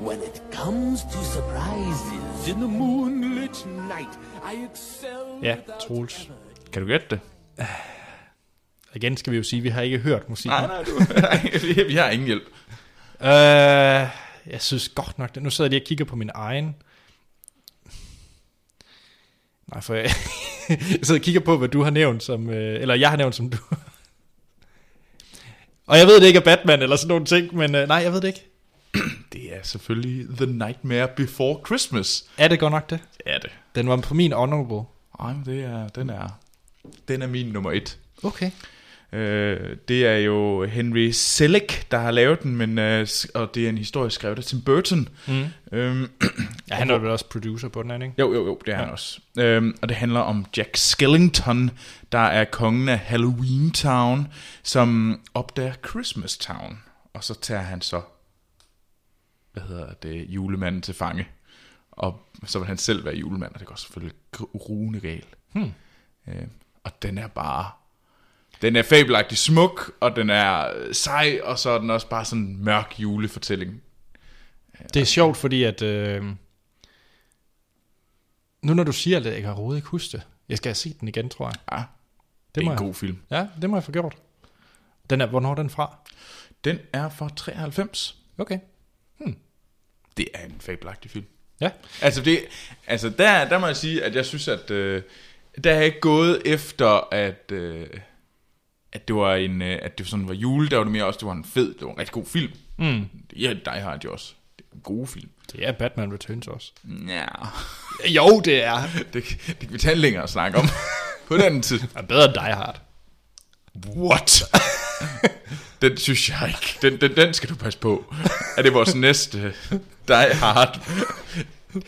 Speaker 6: When it comes to surprises in the moonlit night, I excel.
Speaker 1: Ja,
Speaker 6: without
Speaker 1: Troels.
Speaker 2: Kan du gætte det?
Speaker 1: igen skal vi jo sige, at vi har ikke hørt musikken.
Speaker 2: Nej, nej, du, nej, vi- vi har ingen hjælp.
Speaker 1: Øh, jeg synes godt nok, det. nu sidder jeg lige og kigger på min egen. Nej, for jeg, jeg sidder og kigger på, hvad du har nævnt, som, øh, eller jeg har nævnt, som du. og jeg ved, det ikke er Batman eller sådan nogle ting, men øh, nej, jeg ved det ikke.
Speaker 2: Det er selvfølgelig The Nightmare Before Christmas.
Speaker 1: Er det godt nok det?
Speaker 2: Det er det.
Speaker 1: Den var på min honorable.
Speaker 2: Ej, men det er, den er, den er min nummer et.
Speaker 1: Okay.
Speaker 2: Øh, det er jo Henry Selick, der har lavet den, men, øh, s- og det er en historie skrevet af Tim Burton. Mm. Øhm,
Speaker 1: Ja, han er vel også producer på den, er han ikke?
Speaker 2: jo, jo, jo, det er ja. han også. Øhm, og det handler om Jack Skellington, der er kongen af Halloween Town, som opdager Christmas Town. Og så tager han så, hvad hedder det, julemanden til fange. Og så vil han selv være julemand, og det går selvfølgelig gr- rugende galt. Hmm. Øh, og den er bare den er fabelagtig smuk, og den er øh, sej, og så er den også bare sådan en mørk julefortælling.
Speaker 1: Det er sjovt, fordi at... Øh, nu når du siger det, jeg kan overhovedet ikke huske det. Jeg skal have set den igen, tror jeg.
Speaker 2: Ja, det,
Speaker 1: Det
Speaker 2: Ah, det
Speaker 1: må
Speaker 2: er en
Speaker 1: jeg.
Speaker 2: god film.
Speaker 1: Ja, det må jeg få gjort. Den er, hvornår er den fra?
Speaker 2: Den er fra 93.
Speaker 1: Okay.
Speaker 2: Det er en fabelagtig film.
Speaker 1: Ja.
Speaker 2: Altså, det, altså der, der må jeg sige, at jeg synes, at øh, der har jeg ikke gået efter, at, øh, at det var en, øh, at det sådan var jule, der var det mere også, det var en fed, det var en rigtig god film. Mm. Ja, Die Hard jo også. Det er en god film.
Speaker 1: Det er Batman Returns også.
Speaker 2: Ja,
Speaker 1: Jo, det er.
Speaker 2: det, det kan vi tage en længere snak om på den tid.
Speaker 1: er bedre end Die Hard.
Speaker 2: What? den synes jeg ikke. Den, den, den skal du passe på. Er det vores næste Die Hard?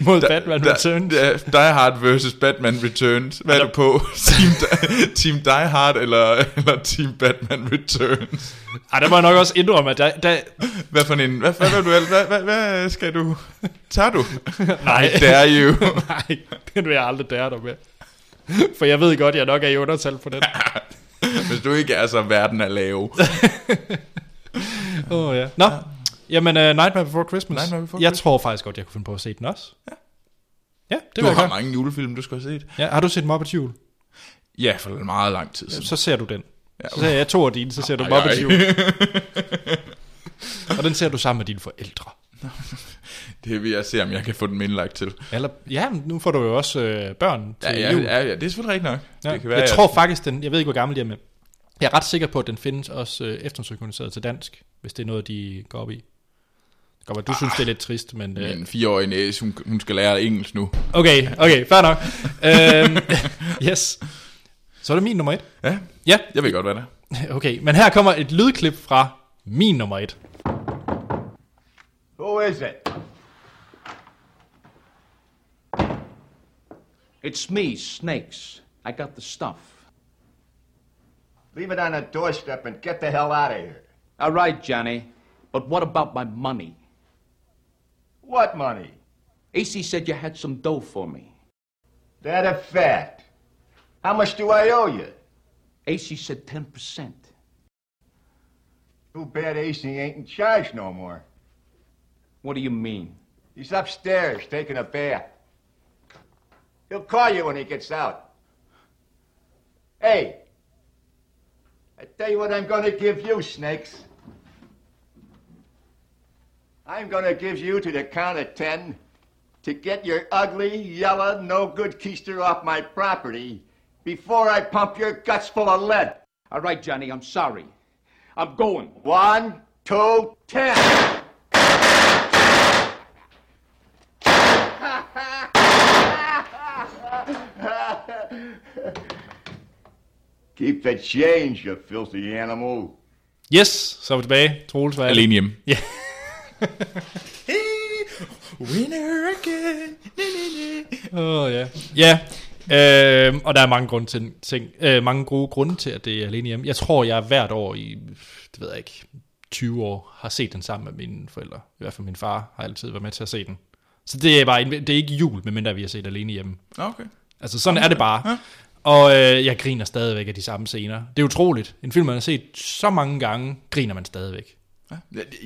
Speaker 1: Mod Batman
Speaker 2: Da-
Speaker 1: Returns. Altså-
Speaker 2: Da, Die Hard versus Batman Returns. Hvad er du på? Team, Di- team Die Hard eller, eller Team Batman Returns?
Speaker 1: Ej, der må jeg nok også indrømme, at der, der,
Speaker 2: Hvad for en... Hvad, hvad, vil du, al- hvad, hvad, hvad skal du... Tager du?
Speaker 1: Nej.
Speaker 2: I dare you.
Speaker 1: Nej, den vil jeg aldrig dære dig med. For jeg ved godt, jeg nok er i undertal på den.
Speaker 2: Hvis du ikke er, så er verden er lave.
Speaker 1: Åh, oh, ja. Nå, jamen uh, Nightmare Before Christmas.
Speaker 2: Nightmare Before
Speaker 1: jeg
Speaker 2: Christmas.
Speaker 1: tror faktisk godt, jeg kunne finde på at se den også. Ja. Ja, det
Speaker 2: Du
Speaker 1: var jeg
Speaker 2: har
Speaker 1: godt.
Speaker 2: mange julefilm, du skal have set.
Speaker 1: Ja, har du set Muppets Jul?
Speaker 2: Ja, for meget lang tid siden.
Speaker 1: Så ser du den. Så ser jeg to af dine, så ser du
Speaker 2: Ej,
Speaker 1: Muppets
Speaker 2: ej.
Speaker 1: Jul. Og den ser du sammen med dine forældre.
Speaker 2: Det vil jeg se, om jeg kan få den indlagt til.
Speaker 1: Eller, ja, men nu får du jo også øh, børn til
Speaker 2: Ja, ja,
Speaker 1: jul.
Speaker 2: ja, ja, det er selvfølgelig rigtigt nok.
Speaker 1: Ja.
Speaker 2: Det kan være,
Speaker 1: jeg tror faktisk, den, jeg ved ikke, hvor gammel de er, men jeg er ret sikker på, at den findes også øh, eftersynkroniseret til dansk, hvis det er noget, de går op i. Det kan godt være, du synes, det er lidt trist, men...
Speaker 2: at
Speaker 1: Øh,
Speaker 2: min fireårige næse, hun, hun skal lære engelsk nu.
Speaker 1: okay, okay, fair nok. øhm, yes. Så er det min nummer et.
Speaker 2: Ja,
Speaker 1: Ja,
Speaker 2: jeg ved godt, hvad det er.
Speaker 1: okay. Men her kommer et lydklip fra min nummer et.
Speaker 7: Who is it?
Speaker 8: It's me, Snakes. I got the stuff.
Speaker 7: Leave it on the doorstep and get the hell out of here.
Speaker 8: All right, Johnny. But what about my money?
Speaker 7: What money?
Speaker 8: AC said you had some dough for me.
Speaker 7: That a fact. How much do I owe you?
Speaker 8: AC said 10%.
Speaker 7: Too bad AC ain't in charge no more.
Speaker 8: What do you mean?
Speaker 7: He's upstairs taking a bath. He'll call you when he gets out. Hey, I tell you what I'm gonna give you, snakes. I'm gonna give you to the count of ten to get your ugly, yellow, no good keister off my property before I pump your guts full of lead.
Speaker 8: All right, Johnny, I'm sorry. I'm going.
Speaker 7: One, two, ten. Keep the change, you filthy animal.
Speaker 1: Yes, så er vi tilbage. Troels, hvad er det?
Speaker 2: Alene hjemme.
Speaker 1: Ja.
Speaker 2: Winner again. Na, na, na.
Speaker 1: Åh, oh, ja. Ja, øhm, og der er mange, grunde til, ting, øh, mange gode grunde til, at det er alene hjemme. Jeg tror, jeg hvert år i, det ved jeg ikke, 20 år, har set den sammen med mine forældre. I hvert fald min far har altid været med til at se den. Så det er, bare en, det er ikke jul, medmindre vi har set alene hjemme.
Speaker 2: Okay.
Speaker 1: Altså, sådan er det bare. Og øh, jeg griner stadigvæk af de samme scener. Det er utroligt. En film, man har set så mange gange, griner man stadigvæk.
Speaker 2: Jeg,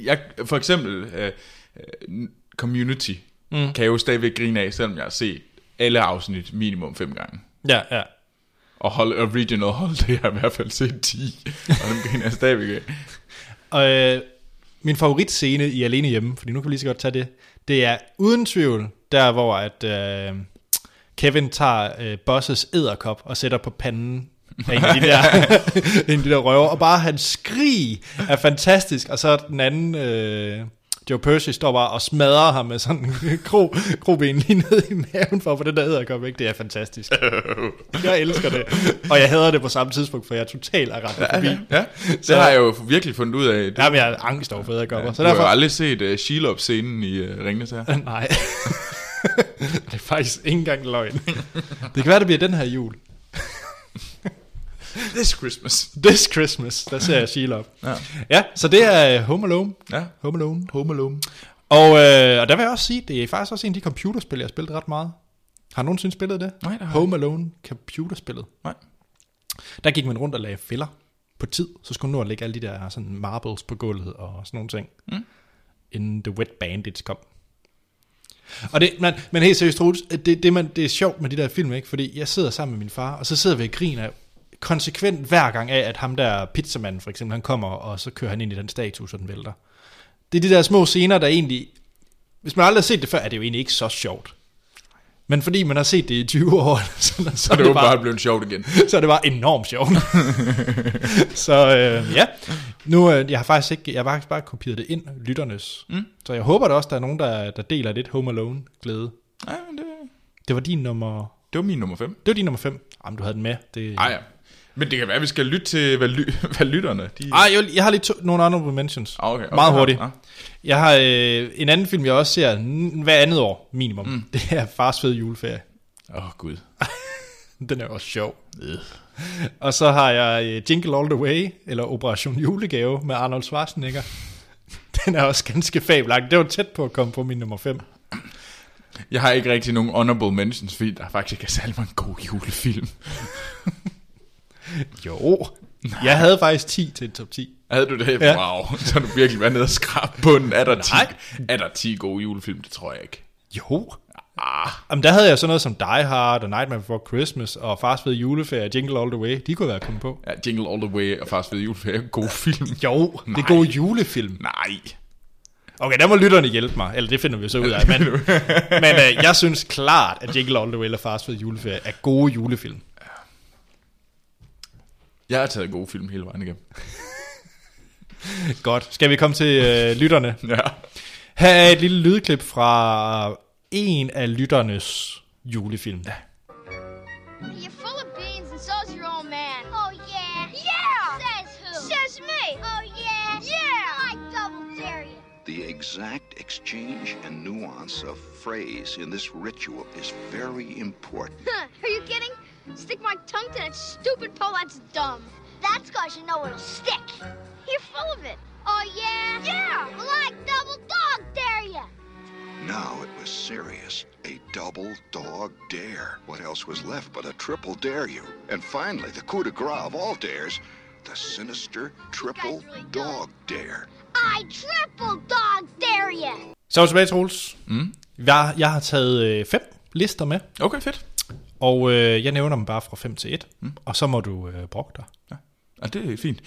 Speaker 2: jeg, for eksempel, øh, øh, Community mm. kan jeg jo stadigvæk grine af, selvom jeg har set alle afsnit minimum fem gange.
Speaker 1: Ja, ja.
Speaker 2: Og, hold, og regional hold, det har i hvert fald set 10. Og dem griner jeg stadigvæk af.
Speaker 1: Og øh, min favoritscene i Alene Hjemme, fordi nu kan vi lige så godt tage det, det er uden tvivl der, hvor at, øh, Kevin tager øh, Bosses æderkop og sætter på panden af en af de der, en af de der røver, og bare hans skrig er fantastisk, og så den anden... Øh, Joe Percy står bare og smadrer ham med sådan en kro, kroben lige ned i maven for at få den der æderkop, ikke? Det er fantastisk. Jeg elsker det. Og jeg hader det på samme tidspunkt, for jeg er totalt arachnofobi.
Speaker 2: Ja, det så, har jeg jo virkelig fundet ud af. Det,
Speaker 1: Ja, men jeg er angst over fædrekopper. Ja, så
Speaker 2: du har jo
Speaker 1: derfor...
Speaker 2: aldrig set uh, Shelob-scenen i uh, Ringnes her.
Speaker 1: Nej. det er faktisk ikke engang løgn. det kan være, det bliver den her jul.
Speaker 2: This Christmas.
Speaker 1: This Christmas, der ser jeg Sheila op.
Speaker 2: Ja.
Speaker 1: ja, så det er øh, Home Alone.
Speaker 2: Ja,
Speaker 1: Home Alone.
Speaker 2: Home Alone.
Speaker 1: Og, øh, og der vil jeg også sige, det er faktisk også en af de computerspil, jeg har spillet ret meget. Har nogen nogensinde spillet det?
Speaker 2: Nej, det har jeg
Speaker 1: Home Alone computerspillet.
Speaker 2: Nej.
Speaker 1: Der gik man rundt og lagde fælder på tid, så skulle man nå at lægge alle de der sådan marbles på gulvet og sådan nogle ting. Mm. Inden The Wet Bandits kom. Og det, man, men helt seriøst, Troels, det, det, man, det er sjovt med de der film, ikke? Fordi jeg sidder sammen med min far, og så sidder vi og griner konsekvent hver gang af, at ham der pizzamanden for eksempel, han kommer, og så kører han ind i den statue, så den vælter. Det er de der små scener, der egentlig... Hvis man aldrig har set det før, er det jo egentlig ikke så sjovt. Men fordi man har set det i 20 år, så, så,
Speaker 2: Så er det jo
Speaker 1: bare-
Speaker 2: bare blevet sjovt igen.
Speaker 1: så det var enormt sjovt. så øh, ja, nu øh, jeg har faktisk ikke, jeg har faktisk bare kopieret det ind, lytternes. Mm. Så jeg håber da også, der er nogen, der, der deler lidt Home Alone glæde.
Speaker 2: Ja, men det,
Speaker 1: Det var din nummer,
Speaker 2: det var min nummer 5.
Speaker 1: det var din nummer 5. Jamen, du havde den med. Det...
Speaker 2: Ah, ja. Men det kan være, at vi skal lytte til, hvad, ly- hvad lytterne... De...
Speaker 1: Ej, jeg, jeg har lige to, nogle honorable mentions.
Speaker 2: Ah, okay, okay,
Speaker 1: Meget
Speaker 2: ja,
Speaker 1: hurtigt.
Speaker 2: ja.
Speaker 1: Jeg har øh, en anden film, jeg også ser n- hver andet år minimum. Mm. Det er Fars Fede Juleferie.
Speaker 2: Åh, oh, Gud.
Speaker 1: Den er også sjov. Og så har jeg øh, Jingle All The Way, eller Operation Julegave med Arnold Schwarzenegger. Den er også ganske fabelagtig. Det var tæt på at komme på min nummer 5.
Speaker 2: Jeg har ikke rigtig nogen honorable mentions, fordi der faktisk ikke er særlig mange gode julefilm.
Speaker 1: Jo. Jeg havde faktisk 10 til en top 10.
Speaker 2: Havde du det?
Speaker 1: Ja.
Speaker 2: Ja. Wow, så har du virkelig været nede og skrabe bunden. Er der, 10,
Speaker 1: Nej.
Speaker 2: er der 10 gode julefilm? Det tror jeg ikke.
Speaker 1: Jo. Ah. Jamen, der havde jeg sådan noget som Die Hard og Nightmare Before Christmas og Fars Fede Juleferie og Jingle All The Way. De kunne være kommet på.
Speaker 2: Ja, Jingle All The Way og Fast Fed Juleferie er gode film.
Speaker 1: Jo, det er
Speaker 2: Nej.
Speaker 1: gode julefilm.
Speaker 2: Nej.
Speaker 1: Okay, der må lytterne hjælpe mig. Eller det finder vi så ud af. Men, men øh, jeg synes klart, at Jingle All The Way og Fars Fede Juleferie er gode julefilm.
Speaker 2: Jeg har taget gode film hele vejen igennem.
Speaker 1: Godt. Skal vi komme til øh, lytterne?
Speaker 2: Ja.
Speaker 1: Her er et lille lydklip fra en af lytternes julefilm. Ja.
Speaker 9: You're full of beans, and so's your old man. Oh, yeah. Yeah! Says who? Says me. Oh, yeah. Yeah! I double dare you.
Speaker 10: The exact exchange and nuance of phrase in this ritual is very important.
Speaker 9: Huh, are you kidding? Stick my tongue to that stupid pole, that's dumb. That's cause you know it'll stick. You're full of it. Oh, yeah? Yeah! Well, I double dog dare you.
Speaker 10: Now it was serious. A double dog dare. What else was left but a triple dare you? And finally, the coup de grace of all dares, the sinister triple
Speaker 9: really good.
Speaker 10: dog dare.
Speaker 9: I triple dog dare you.
Speaker 1: Så er vi tilbage, Troels. Mm. Jeg, jeg har taget øh, fem lister med,
Speaker 2: Okay, fedt.
Speaker 1: og øh, jeg nævner dem bare fra 5 til 1, mm. og så må du øh, brokke dig.
Speaker 2: Ja. ja, det er fint.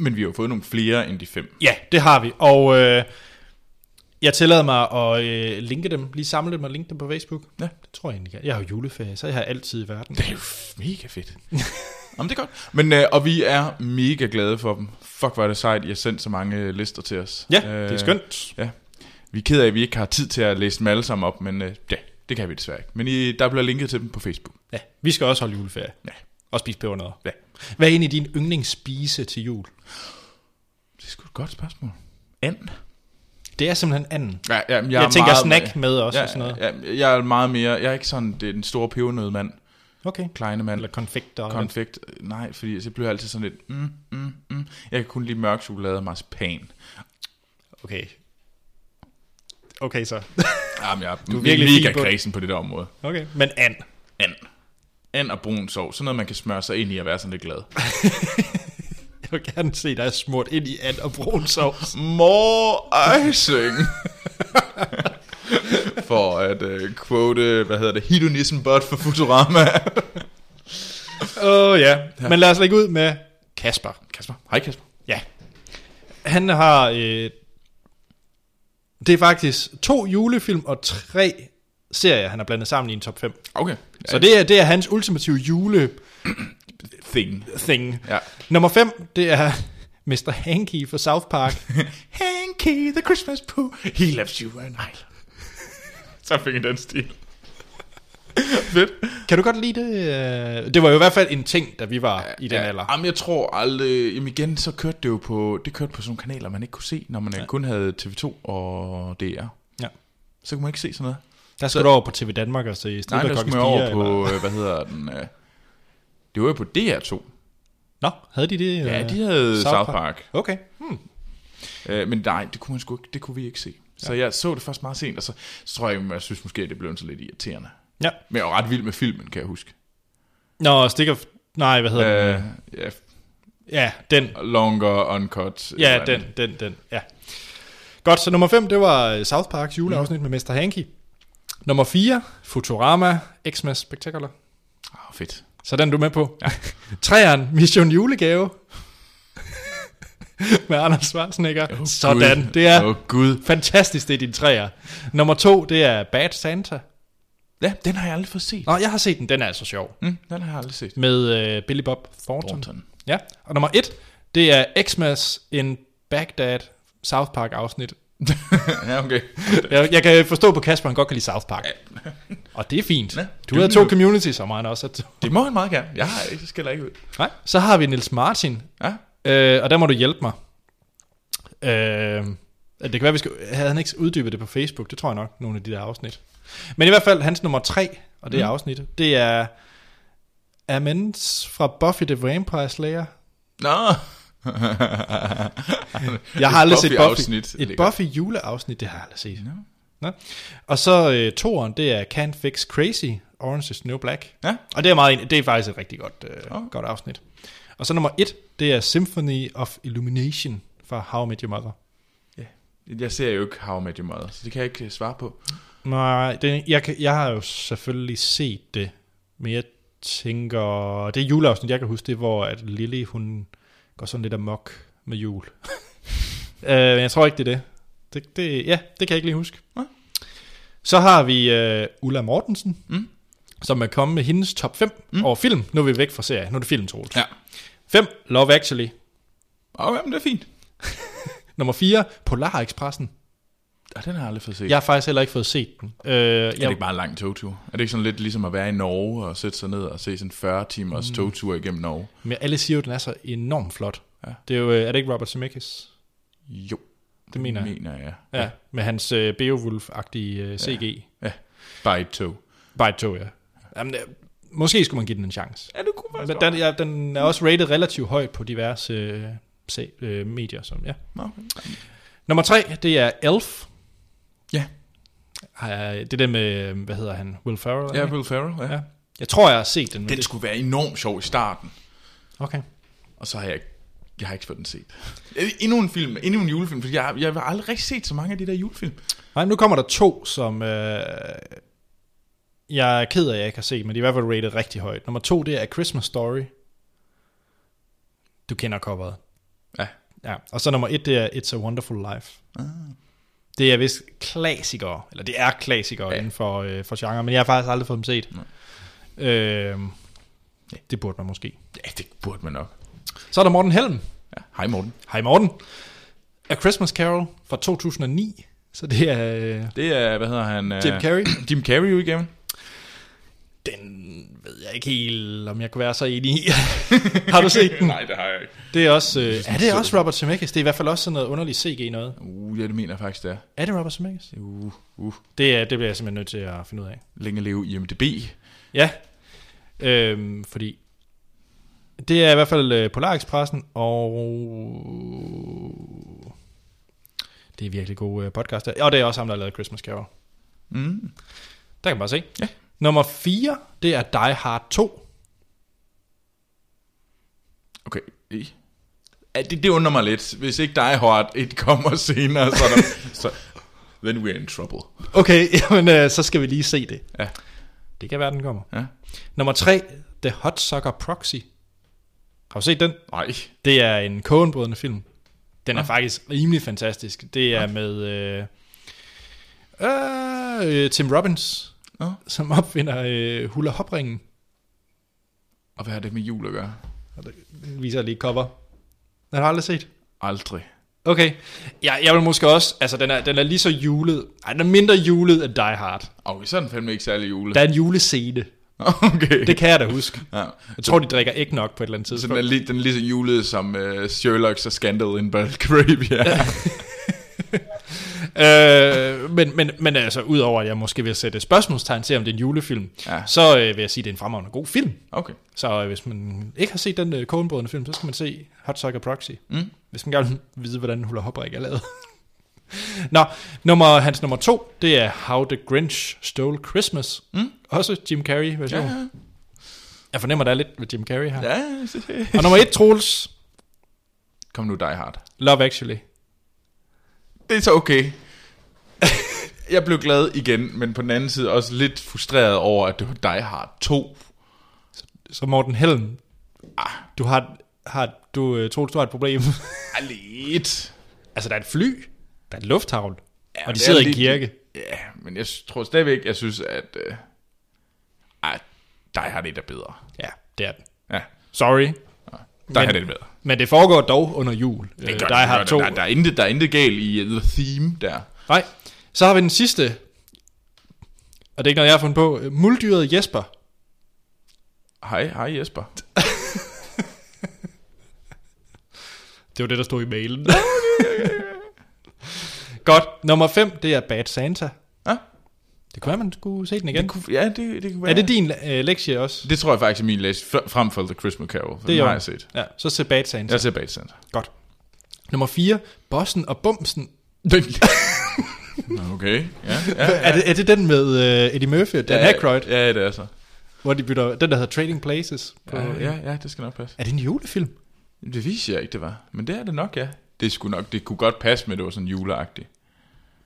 Speaker 2: Men vi har jo fået nogle flere end de fem.
Speaker 1: Ja, det har vi, og øh, jeg tillader mig at øh, linke dem, lige samle dem og linke dem på Facebook.
Speaker 2: Ja.
Speaker 1: Det tror jeg egentlig, jeg, jeg har jo juleferie, så jeg har altid i verden.
Speaker 2: Det er jo f- mega fedt. Jamen, det er godt. Men, øh, og vi er mega glade for dem. Fuck, hvor er det sejt, I har sendt så mange øh, lister til os. Øh,
Speaker 1: Ja, det er skønt.
Speaker 2: Ja. Vi er ked af, at vi ikke har tid til at læse dem alle sammen op, men øh, ja, det kan vi desværre ikke. Men I, der bliver linket til dem på Facebook.
Speaker 1: Ja, vi skal også holde juleferie.
Speaker 2: Ja.
Speaker 1: Og spise pebernødder.
Speaker 2: Ja.
Speaker 1: Hvad er egentlig din yndlingsspise til jul?
Speaker 2: Det er sgu et godt spørgsmål. And?
Speaker 1: Det er simpelthen anden.
Speaker 2: Ja, ja, men jeg,
Speaker 1: Jeg
Speaker 2: er
Speaker 1: tænker
Speaker 2: meget øh,
Speaker 1: snack med også
Speaker 2: ja,
Speaker 1: og sådan noget.
Speaker 2: Ja, jeg er meget mere, jeg er ikke sådan det er den store pebernødmand,
Speaker 1: Okay.
Speaker 2: kleine mand.
Speaker 1: Eller konfekter. og lidt.
Speaker 2: konfekt. øh, Nej, fordi så bliver jeg altid sådan lidt, mm, mm, mm. Jeg kan kun lide mørk chokolade og marcipan.
Speaker 1: Okay. Okay så.
Speaker 2: Jamen, jeg er, du er
Speaker 1: virkelig
Speaker 2: virkelig
Speaker 1: fin
Speaker 2: mega
Speaker 1: på-
Speaker 2: kredsen på det der område.
Speaker 1: Okay. Men and.
Speaker 2: And. And og brun sov. Sådan noget, man kan smøre sig ind i og være sådan lidt glad.
Speaker 1: Jeg vil gerne se dig smurt ind i and og brun sovs.
Speaker 2: More icing. for at uh, quote, øh, hvad hedder det, hedonism bot for Futurama.
Speaker 1: Åh oh, ja. ja. Men lad os lægge ud med Kasper.
Speaker 2: Kasper. Hej Kasper.
Speaker 1: Ja. Han har... Øh, det er faktisk to julefilm og tre serier, han har blandet sammen i en top 5.
Speaker 2: Okay.
Speaker 1: Ja. Så det er, det er hans ultimative jule-thing.
Speaker 2: Thing. Ja.
Speaker 1: Nummer 5, det er Mr. Hanky fra South Park. Hanky, the Christmas poo, he loves you and I love
Speaker 2: Så fik jeg den stil. Fedt.
Speaker 1: Kan du godt lide det? Øh, Det var jo i hvert fald en ting, da vi var ja, i den ja. alder.
Speaker 2: Jamen, jeg tror aldrig... Jamen igen, så kørte det jo på, det kørte på sådan nogle kanaler, man ikke kunne se, når man ja. kun havde TV2 og DR.
Speaker 1: Ja.
Speaker 2: Så kunne man ikke se sådan noget.
Speaker 1: Der skal du over på TV Danmark og se
Speaker 2: Nej, der skulle
Speaker 1: Stripperkokkens
Speaker 2: man over
Speaker 1: Piger.
Speaker 2: på,
Speaker 1: På...
Speaker 2: øh, hvad hedder den... Øh, det var jo på DR2.
Speaker 1: Nå, havde de det?
Speaker 2: Ja,
Speaker 1: øh,
Speaker 2: de havde South Park.
Speaker 1: Okay.
Speaker 2: Øh, men nej, det kunne, man sgu ikke, det kunne vi ikke se. Så jeg så det først meget sent, og så, så tror jeg, jeg synes måske, det blev så lidt irriterende.
Speaker 1: Ja.
Speaker 2: Men jeg var ret vild med filmen, kan jeg huske.
Speaker 1: Mm. Nå, Stick of... Nej, hvad hedder øh. den?
Speaker 2: Øh, ja,
Speaker 1: Ja, den.
Speaker 2: longer uncut. et
Speaker 1: Ja,
Speaker 2: eller
Speaker 1: den,
Speaker 2: andet.
Speaker 1: den, den. Ja. Godt, så nummer 5, det var øh, South Parks juleafsnit mm. med Mr. Hanky. Nummer 4, Futurama, Xmas Spectacular.
Speaker 2: Ah, fedt.
Speaker 1: Så den er du med på. Ja. Træeren, Mission Julegave. med Anders Schwarzenegger. Oh, Sådan,
Speaker 2: Gud.
Speaker 1: det er
Speaker 2: Åh,
Speaker 1: oh.
Speaker 2: oh, Gud.
Speaker 1: fantastisk, det er din træer. Nummer 2, det er Bad Santa.
Speaker 2: Ja, den har jeg aldrig fået set.
Speaker 1: Nå, jeg har set den, den er altså sjov.
Speaker 2: Mm, den har jeg aldrig set.
Speaker 1: Med øh, Billy Bob Thornton.
Speaker 2: Thornton.
Speaker 1: Ja, og nummer 1, det er Xmas in Baghdad, South Park afsnit.
Speaker 2: ja, okay.
Speaker 1: Jeg, jeg kan forstå på Kasper, han godt kan lide South Park. Og det er fint.
Speaker 2: Ja.
Speaker 1: Du havde to community, som han også. At...
Speaker 2: Det må han meget gerne. Jeg har ikke, skælder ikke ud.
Speaker 1: Nej. Så har vi Nils Martin,
Speaker 2: Ja,
Speaker 1: øh, og der må du hjælpe mig. Øh, det kan være, vi skal... Havde han ikke uddybet det på Facebook? Det tror jeg nok, nogle af de der afsnit. Men i hvert fald, hans nummer tre, og det er afsnittet, det er Amends fra Buffy the Vampire Slayer.
Speaker 2: Nå.
Speaker 1: Jeg har aldrig set Buffy.
Speaker 2: Buffy-afsnit
Speaker 1: Et
Speaker 2: ligger.
Speaker 1: Buffy juleafsnit, det har jeg aldrig set. No. Nå. Og så øh, toeren, det er Can't Fix Crazy, Orange is the New Black.
Speaker 2: Ja.
Speaker 1: Og det er, meget, en- det er faktisk et rigtig godt, øh, okay. godt afsnit. Og så nummer et, det er Symphony of Illumination fra How I Met Your Mother.
Speaker 2: Jeg ser jo ikke How I Met Your Mother, så det kan jeg ikke øh, svare på.
Speaker 1: Nej, det, jeg, kan- jeg har jo selvfølgelig set det, men jeg tænker, det er juleafsnit, jeg kan huske, det er, hvor at Lily, hun går sådan lidt amok med jul. øh, men jeg tror ikke, det er det. det, det ja, det kan jeg ikke lige huske.
Speaker 2: Nej.
Speaker 1: Så har vi øh, Ulla Mortensen, mm. som er kommet med hendes top 5 mm. over film. Nu er vi væk fra serie, nu er det film, Troels.
Speaker 2: Ja.
Speaker 1: 5, Love Actually.
Speaker 2: Åh, jamen, det er fint.
Speaker 1: Nummer 4, Polar Expressen.
Speaker 2: Og den har jeg aldrig fået set.
Speaker 1: Jeg har faktisk heller ikke fået set den. Øh,
Speaker 2: Er det ikke bare en lang togtur? Er det ikke sådan lidt ligesom at være i Norge og sætte sig ned og se sådan 40 timers mm. togtur igennem Norge?
Speaker 1: Men alle siger jo, at den er så enormt flot. Ja. Det er jo, øh, er det ikke Robert Zemeckis?
Speaker 2: Jo,
Speaker 1: Det mener jeg.
Speaker 2: mener jeg.
Speaker 1: Ja, ja. med hans øh, Beowulf-agtige øh, CG. Ja.
Speaker 2: Ja, bare i et tog.
Speaker 1: Bare et tog, ja. Jamen, øh, måske skulle man give den en chance.
Speaker 2: Ja, det kunne man
Speaker 1: Men den, ja, den er også rated relativt højt på diverse øh, se, øh, medier. Som, ja. Nummer tre, det er Elf.
Speaker 2: Ja,
Speaker 1: Ej, Det er den med, øh, hvad hedder han, Will Ferrell?
Speaker 2: ja
Speaker 1: ikke?
Speaker 2: Will Ferrell, ja. ja.
Speaker 1: ja. Jeg tror, jeg har set den. men
Speaker 2: Den
Speaker 1: det,
Speaker 2: skulle være enormt sjov i starten,
Speaker 1: okay.
Speaker 2: og så har jeg ikke- jeg har ikke fået den set. Øh, Endnu en film, endnu en julefilm, for jeg, jeg har aldrig rigtig set så mange af de der julefilm.
Speaker 1: Nej, nu kommer der to, som øh, jeg er ked af, at jeg ikke har set, men de er i hvert fald rated rigtig højt. Nummer to, det er A Christmas Story. Du kender coveret.
Speaker 2: Ja.
Speaker 1: Ja, og så nummer et, det er It's a Wonderful Life. Ah. Det er vist klassikere, eller det er klassikere ja. inden for, øh, for genre, men jeg har faktisk aldrig fået dem set. Øh, det burde man måske.
Speaker 2: Ja, det burde man nok.
Speaker 1: Så er der Morten Helm.
Speaker 2: Ja. Hej Morten.
Speaker 1: Hej Morten. A Christmas Carol fra 2009. Så det er... Øh,
Speaker 2: Det er, hvad hedder han? øh,
Speaker 1: Jim Carrey.
Speaker 2: Jim Carrey jo igen.
Speaker 1: Den ved jeg ikke helt, om jeg kunne være så enig i. har du set den?
Speaker 2: Nej, det har jeg ikke.
Speaker 1: Det er også, øh, er det også Robert Zemeckis? Det er i hvert fald også sådan noget underligt CG noget.
Speaker 2: Uh, ja, det mener jeg faktisk, det er.
Speaker 1: Er det Robert Zemeckis?
Speaker 2: Uh, uh.
Speaker 1: Det, er, det bliver jeg simpelthen nødt til at finde ud af.
Speaker 2: Længe leve IMDB.
Speaker 1: Ja, øhm, fordi det er i hvert fald øh, Polarexpressen, og det er virkelig gode øh, podcaster. Og det er også ham, der har lavet Christmas Carol. Mm. Der kan man bare se.
Speaker 2: Ja.
Speaker 1: Nummer 4, det er Die Hard 2.
Speaker 2: Okay. Ja, det, det undrer mig lidt. Hvis ikke Die Hard 1 kommer senere, så, er der, så then we're in trouble.
Speaker 1: Okay, jamen, øh, så skal vi lige se det.
Speaker 2: Ja.
Speaker 1: Det kan være, den kommer.
Speaker 2: Ja.
Speaker 1: Nummer 3, The Hot Sucker Proxy. Har du set den?
Speaker 2: Nej.
Speaker 1: Det er en kogenbrødende film. Den er faktisk rimelig fantastisk. Det er med øh, øh, Tim Robbins,
Speaker 2: Nå.
Speaker 1: som opfinder øh, hula hopringen.
Speaker 2: Og hvad har det med jul at gøre?
Speaker 1: Den viser jeg lige cover. Den har du aldrig set.
Speaker 2: Aldrig.
Speaker 1: Okay. Ja, jeg vil måske også... Altså, den er, den er lige så julet... Ej, den er mindre julet end Die Hard.
Speaker 2: Og så er den fandme ikke særlig jule.
Speaker 1: Der er en julescene.
Speaker 2: Okay.
Speaker 1: Det kan jeg da huske.
Speaker 2: Ja.
Speaker 1: Jeg tror, de drikker ikke nok på et eller andet tidspunkt.
Speaker 2: Så den er, lige, den er lige så julet som uh, Sherlock's og Scandal in Battle Caribbean.
Speaker 1: Øh, men, men, men altså, udover at jeg måske vil sætte spørgsmålstegn til, om det er en julefilm,
Speaker 2: Ja.
Speaker 1: ja. så øh, vil jeg sige, at det er en fremragende god film.
Speaker 2: Okay.
Speaker 1: Så øh, hvis man ikke har set den øh, kogenbrødende film, så skal man se Hot Sucker Proxy. Mm. Hvis man gerne vil vide, hvordan Hula Hopperik er lavet. Nå, nummer, hans nummer to, det er How the Grinch Stole Christmas. Mm. Også Jim Carrey-version. Ja. Jeg fornemmer, der er lidt ved Jim Carrey her. Ja.
Speaker 2: Ja, se-
Speaker 1: Og nummer et, Troels,
Speaker 2: Kom nu, Die Hard.
Speaker 1: Love Actually.
Speaker 2: Det er så okay. Jeg blev glad igen, men på den anden side også lidt frustreret over, at det var Die Hard 2.
Speaker 1: Så Morten Helm, ah, du har, har du, øh, Troels, du har et problem.
Speaker 2: Ja, lidt.
Speaker 1: Altså, der er et fly, der er et lufthavn, ja, og de
Speaker 2: det er
Speaker 1: sidder i en
Speaker 2: lidt-
Speaker 1: kirke.
Speaker 2: Ja, men jeg tror stadigvæk, jeg synes, at... Øh, ej, Die Hard 1 er bedre.
Speaker 1: Ja, det er den.
Speaker 2: Ja,
Speaker 1: Sorry.
Speaker 2: Die Hard
Speaker 1: Men-
Speaker 2: 1 er bedre.
Speaker 1: Men det foregår dog under jul.
Speaker 2: Det
Speaker 1: Øh,
Speaker 2: gør
Speaker 1: Die Hard 2.
Speaker 2: Der, der, er intet, der er intet galt i øh, The Theme der.
Speaker 1: Nej. Så har vi den sidste, og det er ikke noget, jeg har fundet på. Øh, Muldyret Jesper.
Speaker 2: Hej, hej Jesper.
Speaker 1: Det var det, der stod i mailen. Godt. Nummer 5, det er Bad Santa.
Speaker 2: Ja.
Speaker 1: Det kunne være, man skulle se den igen. Det kunne,
Speaker 2: Ja, det, det kunne være.
Speaker 1: er det din øh, lektie også?
Speaker 2: Det tror jeg faktisk er min læs fr- frem for The Christmas Carol. Det
Speaker 1: er
Speaker 2: den har
Speaker 1: jo-
Speaker 2: jeg set.
Speaker 1: Ja, så se Bad Santa.
Speaker 2: Jeg ser Bad Santa.
Speaker 1: Godt. Nummer 4, Bossen og Bumsen.
Speaker 2: Nå, Okay, ja. ja.
Speaker 1: Er det, er det den med øh, Eddie Murphy og Dan
Speaker 2: ja,
Speaker 1: Aykroyd?
Speaker 2: Ja, det er så.
Speaker 1: Hvor de bytter, den der hedder Trading Places. På,
Speaker 2: Ja, ja, ja, det skal nok passe.
Speaker 1: Er det en julefilm?
Speaker 2: Det viser jeg ikke, det var. Men det er det nok, ja. Det, skulle nok, det kunne godt passe med, at det var sådan juleagtigt.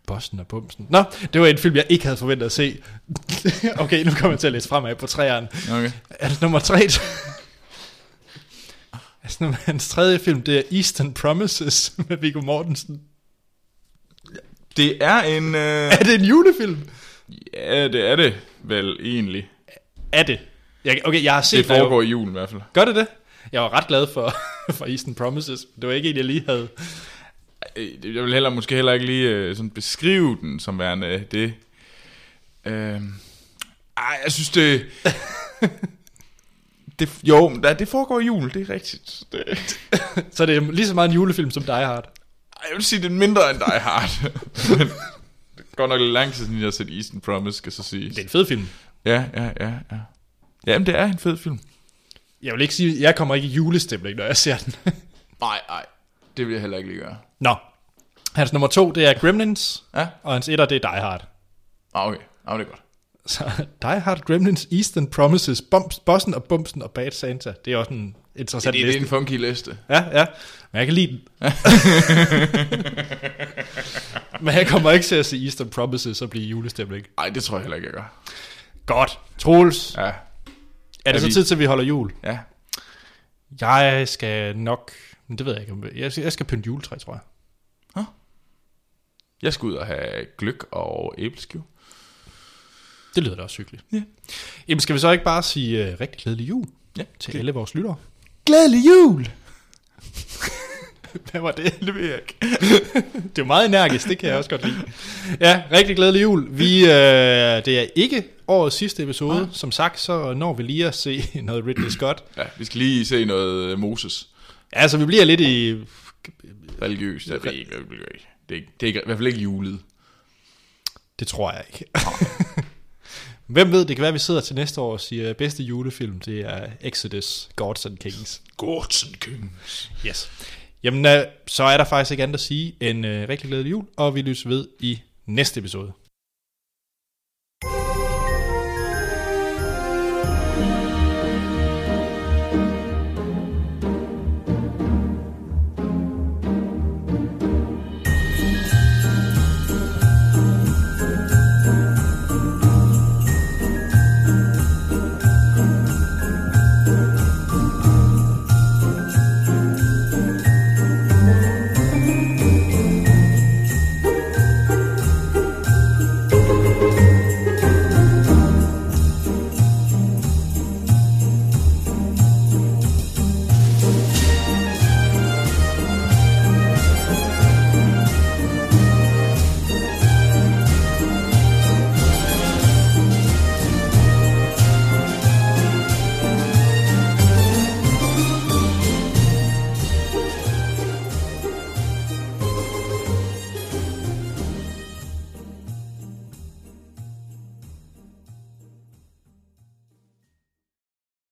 Speaker 1: Boston og Bumsen. Nå, det var en film, jeg ikke havde forventet at se. okay, nu kommer jeg til at læse fremad på træerne.
Speaker 2: Okay.
Speaker 1: Altså nummer tre... altså nummer, hans tredje film, det er Eastern Promises med Viggo Mortensen.
Speaker 2: Det er en... Øh...
Speaker 1: Er det en julefilm?
Speaker 2: Ja, det er det vel egentlig.
Speaker 1: Er det? Jeg, okay, jeg har set
Speaker 2: Det
Speaker 1: der jo-
Speaker 2: foregår i julen i hvert fald.
Speaker 1: Gør det det? Jeg var ret glad for, for Eastern Promises. Det var ikke en, jeg lige havde.
Speaker 2: Øh, Jeg vil heller måske heller ikke lige øh, sådan beskrive den som værende øh, det. Øh, ej, jeg synes det... det jo, men der- det foregår i jul, det er rigtigt. Det,
Speaker 1: Så det er lige så meget en julefilm som Die Hard.
Speaker 2: ej, jeg vil sige, det er mindre end Die Hard. Men det går nok lidt lang tid siden, jeg har set Eastern Promise, skal så sige.
Speaker 1: Det er en fed film.
Speaker 2: Ja, ja, ja, ja. Jamen, det er en fed film.
Speaker 1: Jeg vil ikke sige, jeg kommer ikke i julestemning, når jeg ser den.
Speaker 2: Nej, nej, det vil jeg heller ikke lige gøre.
Speaker 1: Nå. Hans nummer to, det er Gremlins.
Speaker 2: Ja.
Speaker 1: Og hans etter, det er Die Hard.
Speaker 2: Ah, okay, ah, det er godt.
Speaker 1: Så Die Hard, Gremlins, Eastern Promises, Bumps, Bossen og Bumsen og Bad Santa. Det er også en
Speaker 2: Det,
Speaker 1: interessant
Speaker 2: det, det er en
Speaker 1: liste.
Speaker 2: funky liste.
Speaker 1: Ja, ja. Men jeg kan lide den. Men jeg kommer ikke til at se Eastern Promises og blive i julestemning.
Speaker 2: Nej, det tror jeg heller ikke, jeg gør.
Speaker 1: Godt. Troels,
Speaker 2: Ja,
Speaker 1: er det
Speaker 2: vi-
Speaker 1: så tid til, at vi holder jul?
Speaker 2: ja.
Speaker 1: Jeg skal nok... Men det ved jeg ikke. om- Jeg skal, jeg skal pynte juletræ, tror jeg.
Speaker 2: Jeg skal ud og have gløk og æbleskiv.
Speaker 1: Det lyder da også hyggeligt. Ja. Jamen skal vi så ikke bare sige uh, rigtig glædelig jul
Speaker 2: Ja,
Speaker 1: til alle vores lyttere?
Speaker 2: Glædelig jul!
Speaker 1: Hvad var det?
Speaker 2: Det ved jeg ikke.
Speaker 1: Det er meget energisk, det kan jeg også godt lide. Ja, rigtig glædelig jul. Vi, øh, det er ikke årets sidste episode. Som sagt, så når vi lige at se noget Ridley Scott.
Speaker 2: Ja, vi skal lige se noget øh, Moses
Speaker 1: Altså, vi bliver lidt i...
Speaker 2: religiøst. Jeg ved ikke, hvad vi gør. Det er, ikke, det er ikke, i hvert fald ikke julet.
Speaker 1: Det tror jeg ikke. Hvem ved, det kan være, at vi sidder til næste år og siger, bedste julefilm, det er Exodus, Gods and Kings.
Speaker 2: Gortsen Kings.
Speaker 1: Yes. Jamen, øh, så er der faktisk ikke andet at sige end øh, rigtig glædelig jul, og vi lyttes ved i næste episode.